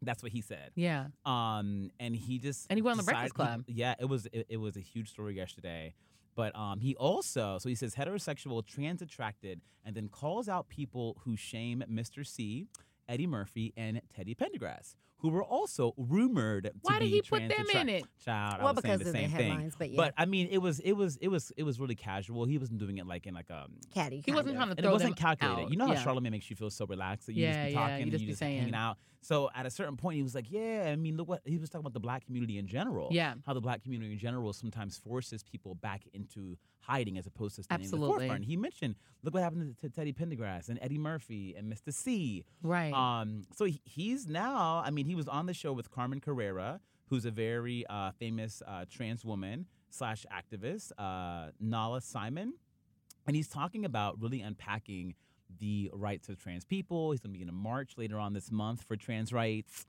That's what he said. Yeah. Um, and he just And he went on the Breakfast decided- Club. he- yeah, it was it, it was a huge story yesterday. But um, he also so he says heterosexual, trans attracted, and then calls out people who shame Mr. C, Eddie Murphy, and Teddy Pendergrass, who were also rumored. To Why did be he put trans them in attract- it? Child, I well, was because of saying the the same thing. headlines, but yeah, But I mean, it was it was it was it was really casual. He wasn't doing it like in like um catty. He wasn't kind of. trying to and it throw them wasn't calculated. out. You know how yeah. Charlemagne makes you feel so relaxed that you Yeah, just yeah, be talking you and just you be just hanging saying. out. So at a certain point, he was like, "Yeah, I mean, look what he was talking about the black community in general. Yeah. how the black community in general sometimes forces people back into hiding as opposed to standing in the Absolutely. forefront." And he mentioned, "Look what happened to, to Teddy Pendergrass and Eddie Murphy and Mr. C." Right. Um, so he, he's now. I mean, he was on the show with Carmen Carrera, who's a very uh, famous uh, trans woman slash activist, uh, Nala Simon, and he's talking about really unpacking the rights of trans people. He's going to be in a march later on this month for trans rights.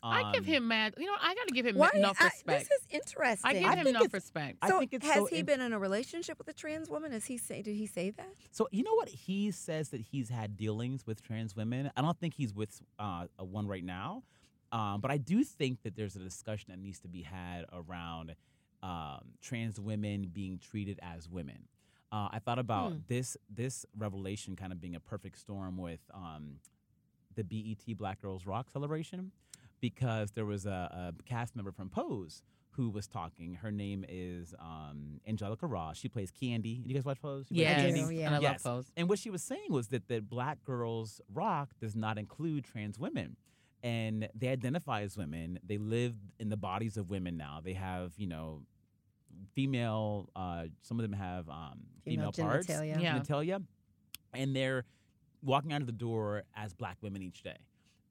I give Um, him mad. You know, I got to give him Why? enough I- respect. this is interesting. I give I him think enough it's- respect. I so think it's has so he in- been in a relationship with a trans woman? Is he say? Did he say that? So you know what he says that he's had dealings with trans women. I don't think he's with uh, a one right now, um, but I do think that there's a discussion that needs to be had around um, trans women being treated as women. Uh, I thought about Hmm. this this revelation kind of being a perfect storm with um, the BET Black Girls Rock celebration because there was a, a cast member from Pose who was talking. Her name is um, Angelica Ross. She plays Candy. You guys watch Pose? She plays I yes. do, Candy. yeah. And I Yes. love those. And what she was saying was that the Black Girls Rock does not include trans women. And they identify as women. They live in the bodies of women now. They have, you know, female, uh, some of them have um, female, parts, genitalia. Yeah. genitalia. And they're walking out of the door as black women each day,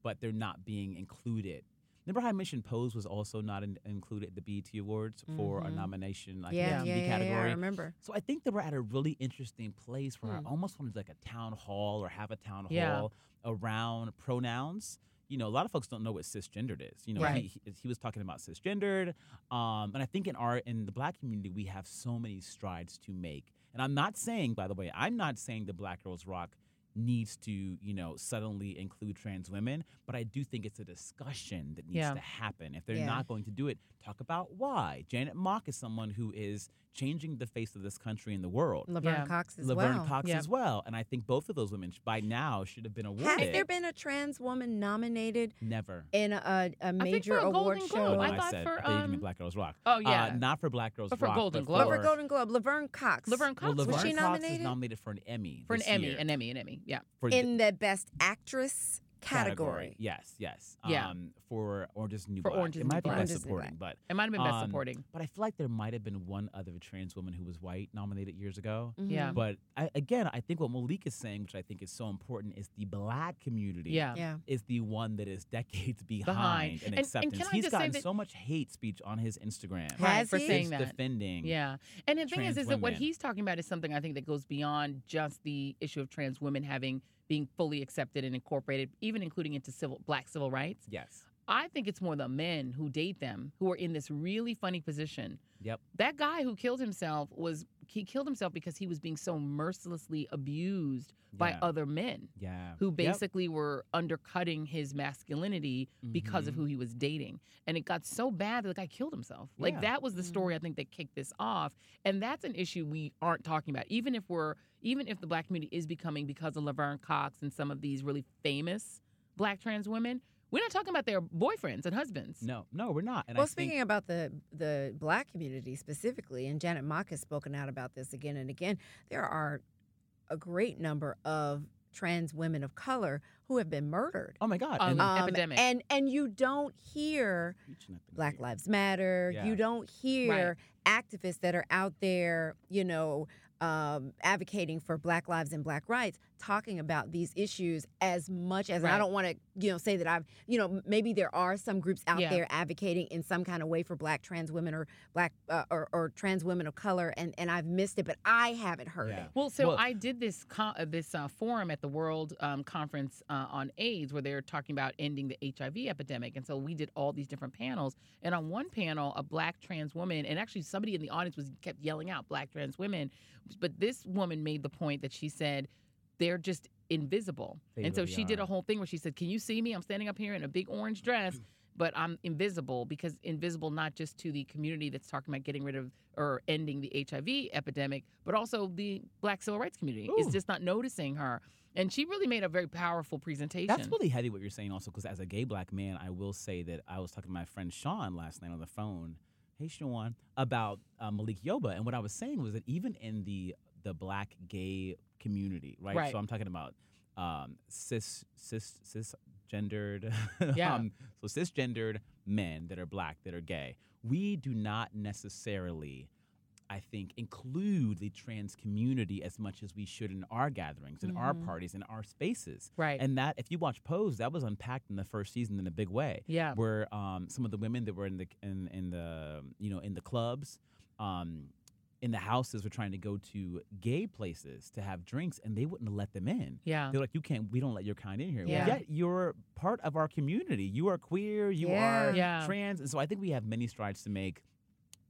but they're not being included. Remember how I mentioned Pose was also not in- included at the BET Awards for a Mhm. nomination, like Mm-hmm. yeah, in the yeah, TV yeah, category? yeah, I remember. So I think that we're at a really interesting place where Hmm. I almost wanted like a town hall or have a town hall Yeah. around pronouns. You know, a lot of folks don't know what cisgendered is. You know, Right. he, he, he was talking about cisgendered, um, and I think in our in the black community we have so many strides to make. And I'm not saying, by the way, I'm not saying the Black Girls Rock needs to, you know, suddenly include trans women. But I do think it's a discussion that needs Yeah. to happen. If they're Yeah. not going to do it, talk about why. Janet Mock is someone who is changing the face of this country and the world. Laverne Yeah. Cox as Laverne well. Cox Yeah. as well. And I think both of those women sh- by now should have been Has awarded. there been a trans woman nominated Never. in a, a major for a award Golden show? Globe. no, Oh, I I, thought said for, I thought you meant um, Black Girls Rock. oh, Uh, yeah. not for Black Girls But for Rock. Golden but But for Globe. Golden Globe, Laverne Cox. Laverne Well, Cox Laverne Was she Cox is nominated? nominated for an Emmy for an this Emmy, year. an Emmy, an Emmy. Yeah. for the in the Best Actress category. Yes, yes. Yeah. Um, for Orange is the New For Black. Orange is the it New might be Black. best Orange is the New supporting, but It might have been best Um, supporting. but I feel like there might have been one other trans woman who was white nominated years ago. Mm-hmm. Yeah. But I, again, I think what Malik is saying, which I think is so important, is the black community. Yeah. Yeah. is the one that is decades <laughs> Behind. behind, And- in and acceptance. can I He's just say gotten that- so much hate speech on his Instagram. Right, Right, Has for he? saying He's that. defending. Yeah. And the thing is, trans is that what women. he's talking about is something I think that goes beyond just the issue of trans women having being fully accepted and incorporated, even including into civil black civil rights. Yes. I think it's more the men who date them who are in this really funny position. Yep. That guy who killed himself was he killed himself because he was being so mercilessly abused by Yeah. other men Yeah. who Yep. basically were undercutting his masculinity because of Mhm. who he was dating. And it got so bad that the guy killed himself. Like Yeah. that was the story I think that kicked this off. And that's an issue we aren't talking about. Even if we're even if the black community is becoming because of Laverne Cox and some of these really famous black trans women, we're not talking about their boyfriends and husbands. No, no, we're not. And I well, think, speaking about the the black community specifically, and Janet Mock has spoken out about this again and again, there are a great number of trans women of color who have been murdered. oh my God, Um, and uh, Epidemic. And and you don't hear Preaching up in Black here. Lives Matter. Yeah. You don't hear activists that are out there, you know, um, advocating for Black lives and Black rights, talking about these issues as much as and Right. I don't want to, you know, say that I've, you know, m- maybe there are some groups out Yeah. there advocating in some kind of way for Black trans women or Black uh, or, or trans women of color, and and I've missed it, but I haven't heard Yeah. it. Well, so Well- I did this co uh, this uh, forum at the World um, Conference uh, on AIDS, where they're talking about ending the HIV epidemic, and so we did all these different panels. And on one panel, a black trans woman, and actually somebody in the audience was kept yelling out "black trans women," but this woman made the point that she said they're just invisible, They and so really she did a are. whole thing where she said, "Can you see me? I'm standing up here in a big orange dress." But I'm invisible because invisible not just to the community that's talking about getting rid of or ending the HIV epidemic, but also the black civil rights community is Ooh. just not noticing her. And she really made a very powerful presentation. That's really heavy what you're saying, also, because as a gay black man, I will say that I was talking to my friend Sean last night on the phone. Hey, Sean, about uh, Malik Yoba, and what I was saying was that even in the the black gay community, right? Right. So I'm talking about um, cis cis cisgendered, Yeah. um, so cisgendered men that are black that are gay. We do not necessarily I think, include the trans community as much as we should in our gatherings, in our Mm-hmm. Mhm. parties, in our spaces. right. And that, if you watch Pose, that was unpacked in the first season in a big way, yeah. where um, some of the women that were in the in, in the you know in the clubs, um, in the houses, were trying to go to gay places to have drinks, and they wouldn't let them in. Yeah. They're like, you can't. We don't let your kind in here. Well, Yeah. Yet you're part of our community. You are queer. You Yeah. are Yeah. trans, and so I think we have many strides to make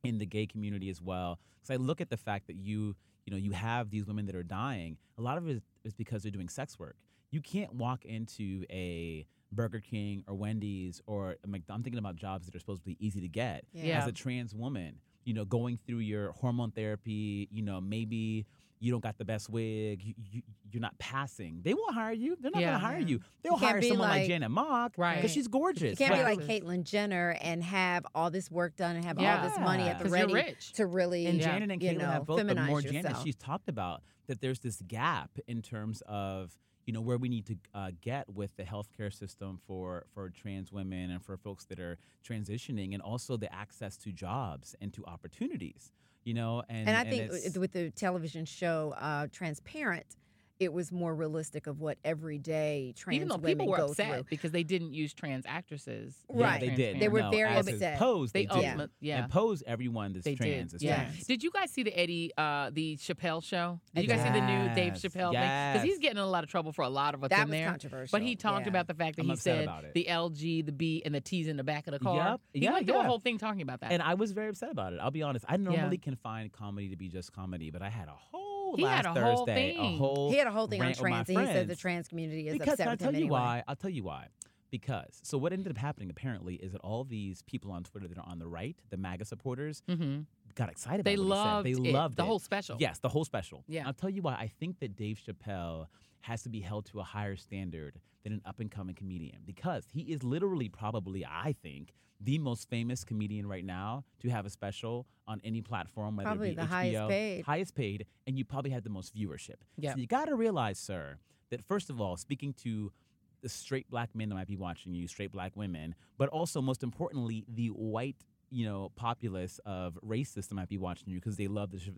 in the gay community as well. Because I look at the fact that you, you know, you have these women that are dying. A lot of it is because they're doing sex work. You can't walk into a Burger King or Wendy's or a Mc- I'm thinking about jobs that are supposed to be easy to get Yeah. as a trans woman, you know, going through your hormone therapy, you know, maybe you don't got the best wig, you, you, you're not passing. They won't hire you. They're not Yeah. going to hire Yeah. you. They'll can't hire be someone like, like- Janet Mock because Right. she's gorgeous. You can't be but- like Right. Caitlyn Jenner and have all this work done and have all this money at the Because ready you're rich. to really and Yeah. Janet and you Caitlin know, have both, but feminize more yourself. Janet, she's talked about that there's this gap in terms of you know where we need to uh, get with the healthcare system for for trans women and for folks that are transitioning, and also the access to jobs and to opportunities. You know, and and, I think uh, it's- with the television show uh, Transparent, it was more realistic of what everyday trans Even though women people were go upset through. because they didn't use trans actresses. yeah, Right. they did. They They were were. No, very as is upset. Pose, They they, did. ultimate- yeah. And pose everyone that's They trans. did. Is yeah. trans. Did you guys see the Eddie, uh, the Chappelle show? Did you guys see the new Dave Yes, Chappelle thing? Because he's yes. getting in a lot of trouble for a lot of what's That in was there. controversial. But he talked yeah. about the fact that I'm he upset said about it. the LG, the B, and the T's in the back of the car. Yep. He Yeah, went through a yeah. whole thing talking about that. And I was very upset about it. I'll be honest. I normally Yeah. can find comedy to be just comedy, but I had a whole whole He last had a Thursday, whole a thing. whole He had a whole thing on rant with my trans, and he said the friends. trans community is because upset I'll with tell him you anyway. why. I'll tell you why. Because so what ended up happening apparently is that all these people on Twitter that are on the right, the MAGA supporters, Mm-hmm. got excited. They about loved what he said. They it, loved the it. whole special. Yes, the whole special. Yeah. I'll tell you why. I think that Dave Chappelle has to be held to a higher standard than an up and coming comedian because he is literally probably, I think, the most famous comedian right now to have a special on any platform, whether Probably it be the HBO, highest paid. highest paid, and you probably had the most viewership. Yep. So you got to realize, sir, that first of all, speaking to the straight black men that might be watching you, straight black women, but also most importantly, the white, you know, populace of racists that might be watching you because they love the, Ch-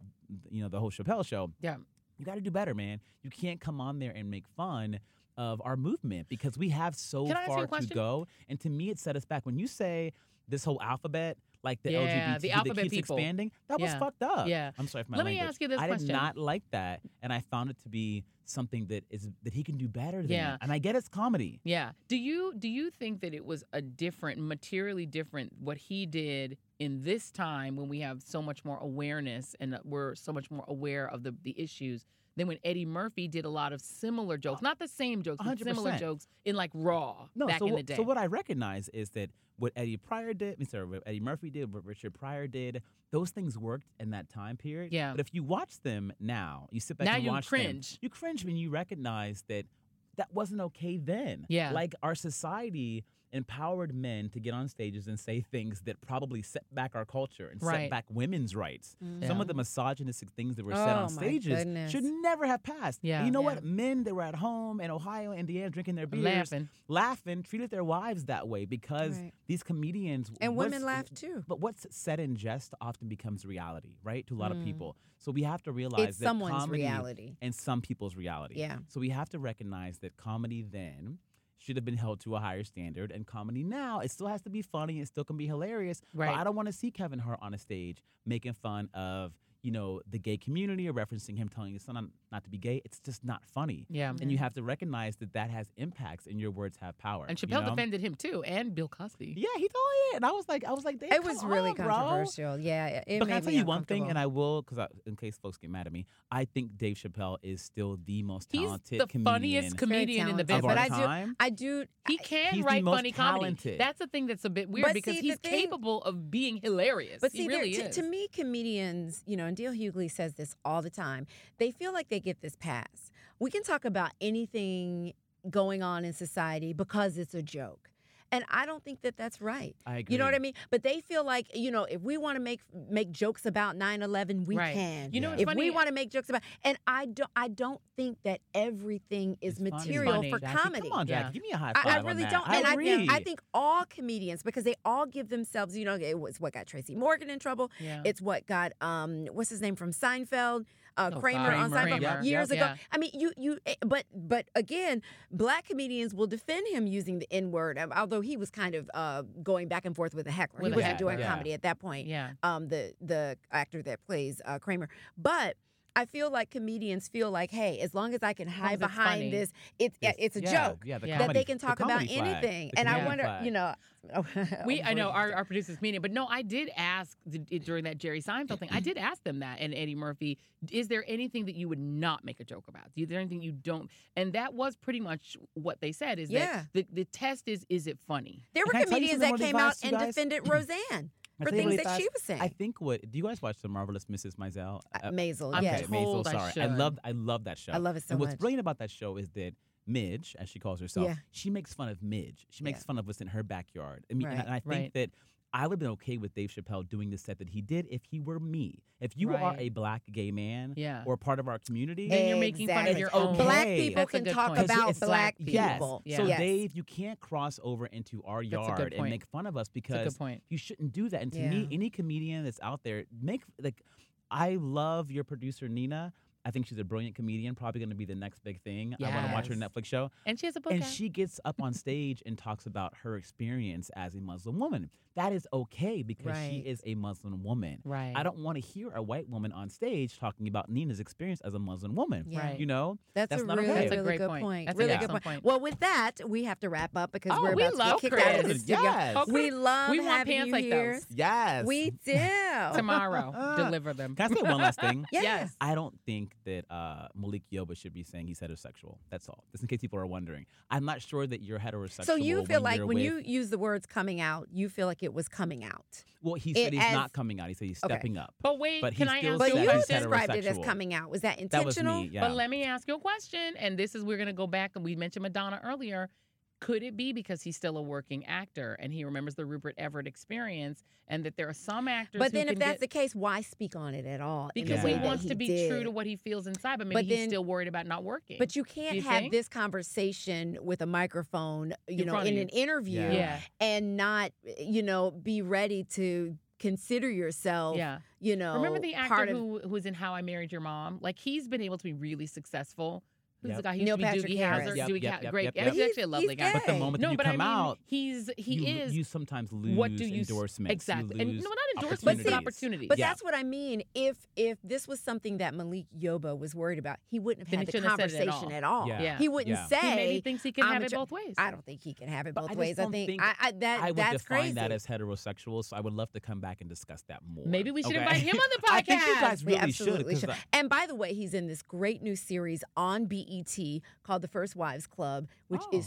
you know, the whole Chappelle show. Yeah. You got to do better, man. You can't come on there and make fun of our movement because we have so Can I ask you a far to question? go. And to me, it set us back. When you say this whole alphabet, like the Yeah, LGBT the that alphabet keeps people. expanding, that was Yeah. fucked up. Yeah. I'm sorry for my Let me language. ask you this I question. did not like that, and I found it to be something that is that he can do better than. Yeah. that. And I get it's comedy. Yeah. Do you do you think that it was a different, materially different, what he did in this time when we have so much more awareness and that we're so much more aware of the the issues than when Eddie Murphy did a lot of similar jokes, not the same jokes, but similar 100%. jokes in like Raw No, back so in wh- the day. so what I recognize is that what Eddie Pryor did, I mean, sorry, what Eddie Murphy did, what Richard Pryor did, those things worked in that time period. Yeah. But if you watch them now, you sit back Now and you watch cringe. them, you cringe when you recognize that that wasn't okay then. Yeah. Like our society empowered men to get on stages and say things that probably set back our culture and Right. set back women's rights. Some of the misogynistic things that were said Oh, on my stages goodness. should never have passed. Yeah. You know Yeah. what? Men that were at home in Ohio, Indiana, drinking their I'm beers, laughing. laughing, treated their wives that way because Right. these comedians And what's- women laugh too. But what's said in jest often becomes reality, right? To a lot of people. So we have to realize Hmm. It's that someone's comedy reality. and some people's reality. Yeah. So we have to recognize that comedy then should have been held to a higher standard, and comedy now it still has to be funny, it still can be hilarious. Right. But I don't want to see Kevin Hart on a stage making fun of. You know, the gay community or referencing him telling his son not- not to be gay, it's just not funny. Yeah. And you have to recognize that that has impacts and your words have power. And you Chappelle know? defended him too, and Bill Cosby. Yeah, he told it. And I was like, I was like, "Dave, It was come really on, bro." controversial. Yeah, it- it but can I made tell me you one thing, and uncomfortable. I will, because in case folks get mad at me, I think Dave Chappelle is still the most He's talented the comedian funniest Very comedian in the talented. business. of our But I do, time. I do. He can He's the write most funny comedy. talented. That's the thing that's a bit weird But because see, the he's thing- capable of being hilarious. But he see, there- really to, is. to me, comedians, you know, and Dale Hughley says this all the time. They feel like they get this pass. We can talk about anything going on in society because it's a joke, and I don't think that that's right. I agree. You know what I mean? But they feel like, you know, if we want to make make jokes about 9/11, we Right. can. You know Yeah. what's if funny? we want to make jokes about and I don't I don't think that everything is It's funny. material Funny. for Jackie, Jackie, comedy. Come on, Jack. Yeah. Give me a high five. I, I on really that. don't, I and I agree. think, I think all comedians because they all give themselves. You know, it was what got Tracy Morgan in trouble. yeah. It's what got um, what's his name from Seinfeld, uh, Oh, Kramer on Kramer. Seinfeld Kramer. years Yep. ago. Yeah. I mean, you you, eh, but but again, black comedians will defend him using the N word, although he was kind of uh, going back and forth with a heckler. With he a wasn't heckler, doing yeah. comedy at that point yeah. um, the the actor that plays uh, Kramer. But I feel like comedians feel like, hey, as long as I can hide as it's funny. funny, behind this, it's Yes. it's a Yeah, joke Yeah, the That that comedy- they can the talk about comedy flag, anything. the And I comedy wonder, flag. you know, We, I know our, Unfortunately. our producers meeting, but no, I did ask the, it- during that Jerry Seinfeld thing. I did ask them that, and Eddie Murphy, is there anything that you would not make a joke about? Is there anything you don't? And that was pretty much what they said. Is Yeah. that the, the test is is it funny? There were Can I tell you comedians something that really came out fast, you and guys? defended Roseanne I for think things really that she fast, was saying. I think what do you guys watch the marvelous Mrs. Maisel? Uh, Uh, Maisel, I'm yes. Okay, Maisel. told I Sorry, I should. love I love that show. I love it so and what's much. brilliant about that show is that Midge, as she calls herself, Yeah. she makes fun of Midge. She makes Yeah. fun of what's in her backyard. I mean, and, I, Right, and I right. think that I would have been okay with Dave Chappelle doing the set that he did if he were me. If you are Right. a black gay man Yeah. or part of our community, Then you're making fun of Exactly. your It's own. Black okay. people That's a can good talk point. Because about it's like- black yes. people. Yeah. So Yes. Dave, you can't cross over into our a good yard and point. make fun of us That's a because good point. you shouldn't do that. And to Yeah. me, any comedian that's out there, make like, I love your producer Nina. I think she's a brilliant comedian, probably going to be the next big thing. I want to watch her Yes. Netflix show. And she has a book. And out. she gets up on stage and talks about her experience as a Muslim woman. That is okay because she Right. is a Muslim woman. right. I don't want to hear a white woman on stage talking about Nina's experience as a Muslim woman. Yeah. Right. You know, That's, That's a not really, okay. That's a really great good point. point. That's an really good excellent point. point. Well, with that, we have to wrap up because Oh, we're we about love to get kicked out of the Chris. studio. Yes. We love We want having pants you like here. those. Yes. We do. tomorrow deliver them. <laughs> Can I say one last thing? Yeah. Yes. I don't think think that uh, Malik Yoba should be saying he's heterosexual. That's all. Just in case people are wondering. I'm not sure that you're heterosexual. So you feel like you're when with- you use the words coming out, you feel like it was coming out. Well, he it said he's as- not coming out. He said he's Okay. stepping up. But wait, But he can I ask still So But you said a you he's question? described it as heterosexual. coming out. Was that That was intentional? me. Yeah. But let me ask you a question, and this is we're going to go back, and we mentioned Madonna earlier. Could it be because he's still a working actor and he remembers the Rupert Everett experience, and that there are some actors? But who then, can if that's get, the case, why speak on it at all? in the because way he that wants to be did? true to what he feels inside, but maybe But he's then- still worried about not working. But you can't you have think? this conversation with a microphone, you In know, front of in you. an interview, Yeah. yeah, and not, you know, be ready to consider yourself, yeah. you know, Remember the actor part of who who was in How I Married Your Mom? Like he's been able to be really successful. Who's Yep. the guy? He used Neil to be Patrick Doogie Harris. Howser. Yep, Doogie yep, Howser. yep, Great. yep, Yeah, yep. He's But actually a he's- lovely he's guy. gay. But the moment no, that you but come I mean, out, he's he you, is you sometimes lose What do you s- endorsements. You exactly and lose no, not endorsements, but opportunities. But Yeah. that's what I mean. If if this was something that Malik Yoba was worried about, he wouldn't have Then had he the shouldn't have said it at all. conversation at all. Yeah. Yeah. He wouldn't Yeah. say. he maybe thinks he can I'm have a it tra- both ways. I don't think he can have it But I both just ways. I don't think, think I, I, that I would that's define crazy. that as heterosexual, so I would love to come back and discuss that more. Maybe we should okay? invite him on the podcast. <laughs> I think you guys We really absolutely should. should. 'cause I- and by the way, he's in this great new series on BET called The First Wives Club, which is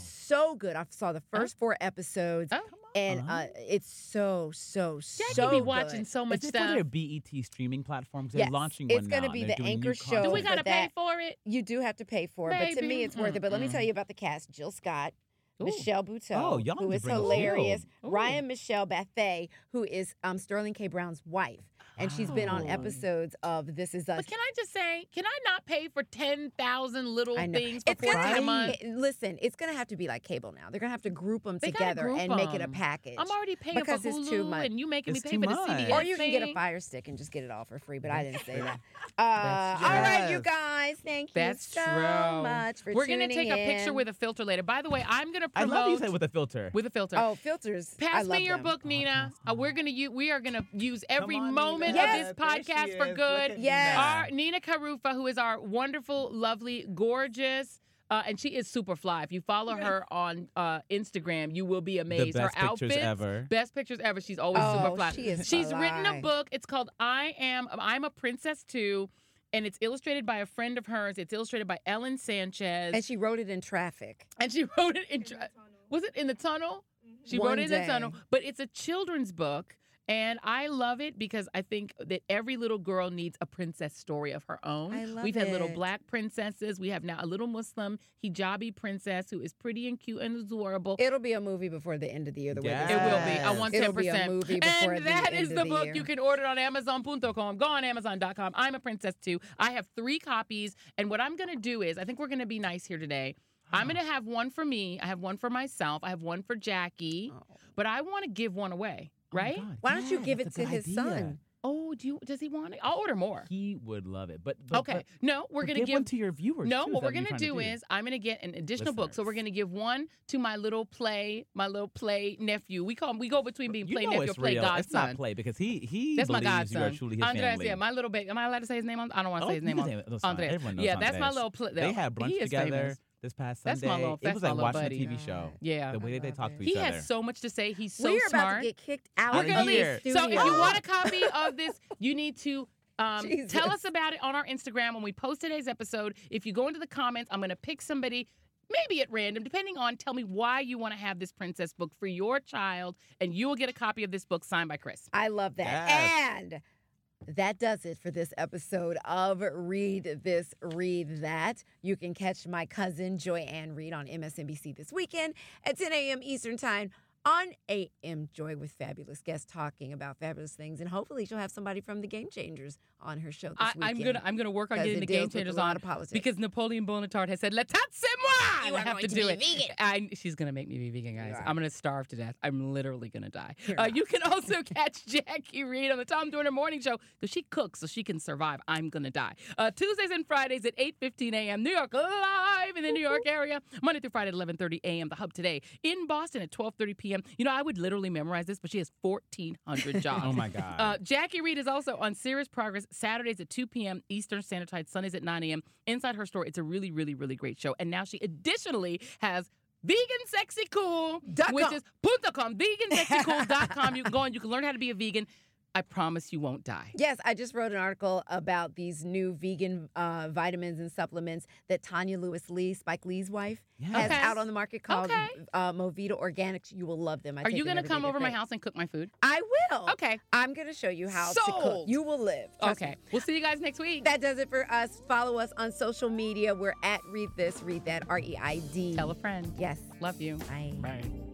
so Oh. good. I saw the first four episodes, Oh, come on. and Oh. uh, it's so so Jackie so be good. watching so much Is this on stuff. their BET streaming platform? 'Cause Yes, They're launching it's one gonna now, be and the they're doing anchor new show. Do we But gotta pay that- for it? You do have to pay for it, but to me, Baby. it's worth it. But let me tell Mm-mm. you about the cast: Jill Scott, Ooh. Michelle Buteau, Oh, y'all who need to is bring a hilarious, Ooh. Ryan Michelle Bethay, who is um, Sterling K. Brown's wife, and she's been on Oh. episodes of This Is Us. But can I just say, can I not pay for ten thousand little I know. things for fourteen gonna a have- month? it- listen, it's gonna have to be like cable now. They're gonna have to group them They gotta together group and make it a 'em. package. I'm already paying Because for it's Hulu, too much. and you making It's me pay too for the much. CBS or you can get a thing. fire stick and just get it all for free, but I didn't say true. <laughs> that. Uh, That's all right, you true. guys, thank you That's so true. much for We're tuning gonna take a picture in. with a filter later. By the way, I'm gonna I promote love you said with a filter. with a filter. Oh, filters. I Pass love me your them. Oh, book, Nina. pass Uh, we're gonna u- we are gonna use every on, Ah, Nina. moment Yes. of this podcast for good. Yes. Our Nina Carufa, who is our wonderful, lovely, gorgeous. Uh, and she is super fly. If you follow her on uh, Instagram, you will be amazed. best her pictures outfits, ever. best pictures ever. She's always Oh, super fly. she is She's written fly. a book. It's called "I Am I'm a Princess Too," and it's illustrated by a friend of hers. It's illustrated by Ellen Sanchez, And she wrote it in traffic. and she <laughs> wrote it in. tra- was it in the tunnel? She One wrote it in day. the tunnel, but it's a children's book. And I love it because I think that every little girl needs a princess story of her own. I love We've had little it. black princesses. We have now a little Muslim hijabi princess who is pretty and cute and adorable. It'll be a movie before the end of the year. The way It this will is. be. I Yes. want It'll ten be a percent. movie before and the that end is of the the book. year. You can order it on Amazon.com. Go on Amazon.com. I'm a princess too. I have three copies, and what I'm gonna do is, I think we're gonna be nice here today. I'm <gasps> Oh gonna have one for me. I have one for myself. I have one for Jackie, Oh. but I want to give one away, Oh my right? God, Why don't you yeah, give it that's a to good his idea. son? Oh, do you? Does he want it? I'll order more. He would love it. But, but Okay. but- No, we're but gonna give, give one to your viewers. No, too, is what that we're you're gonna trying do, is I'm gonna get an additional book. So we're Listeners. gonna give one to my little play, my little play nephew. We call him, we go between being you play know nephew or it's play real. godson. It's not play because he he That's my believes godson. you are truly his Andres, family. yeah, my little baby. Am I allowed to say his name on? I don't want to Oh, say his you name can on. say it. That's fine. Andres. Everyone knows yeah, that's my Andres. little play. They had brunch he is together famous. this past That's my Sunday. little- it that's was my like little watching buddy. a TV show. Yeah. The way that I they love talk it. to each He other. has so much to say. He's so We're about smart. to get kicked out We're of gonna the leave. studio. So if you <laughs> want a copy of this, you need to um, Jesus. tell us about it on our Instagram when we post today's episode. If you go into the comments, I'm going to pick somebody, maybe at random, depending on tell me why you want to have this princess book for your child, and you will get a copy of this book signed by Chris. I love that. Yes. And that does it for this episode of Read This, Read That. You can catch my cousin Joy Ann Reed on MSNBC this weekend at 10 a.m. Eastern Time on AM Joy with fabulous guests talking about fabulous things. And hopefully she'll have somebody from the Game Changers on her show this I, weekend. I'm gonna I'm gonna work on 'cause getting it the deals game with a changers lot on of politics. because Napoleon Bonaparte has said, "Let's have some wine." You I are have going to do be it. vegan. I, she's gonna make me be vegan, guys. are. I'm gonna starve to death. I'm literally gonna die. You're Uh, not. you can also <laughs> catch Jackie Reed on the Tom Dorner Morning Show because she cooks so she can survive. I'm gonna die. Uh, Tuesdays and Fridays at 8:15 a.m. New York live in the New York area. Monday through Friday at 11:30 a.m. The Hub today in Boston at 12:30 p.m. You know I would literally memorize this, but she has <laughs> 1,400 jobs. Oh my god. <laughs> Uh, Jackie Reed is also on Serious Progress Saturdays at 2 p.m. Eastern Standard Time, Sundays at 9 a.m. Inside her store, it's a really, really, really great show. And now she additionally has Vegan Sexy Cool, Dot which com. is punto .com, vegansexycool.com. You can go and you can learn how to be a vegan. I promise you won't die. Yes, I just wrote an article about these new vegan uh, vitamins and supplements that Tanya Lewis Lee, Spike Lee's wife, has Okay. out on the market called Okay. uh, Movita Organics. You will love them. I Are take you them gonna every come day over my thing. house and cook my food? I will. Okay. I'm going to show you how to cook. Sold. You will live. Oh, Trust me. okay. We'll see you guys next week. That does it for us. Follow us on social media. We're at Read This, Read That, R E I D. Tell a friend. Yes. Love you. Bye. Bye.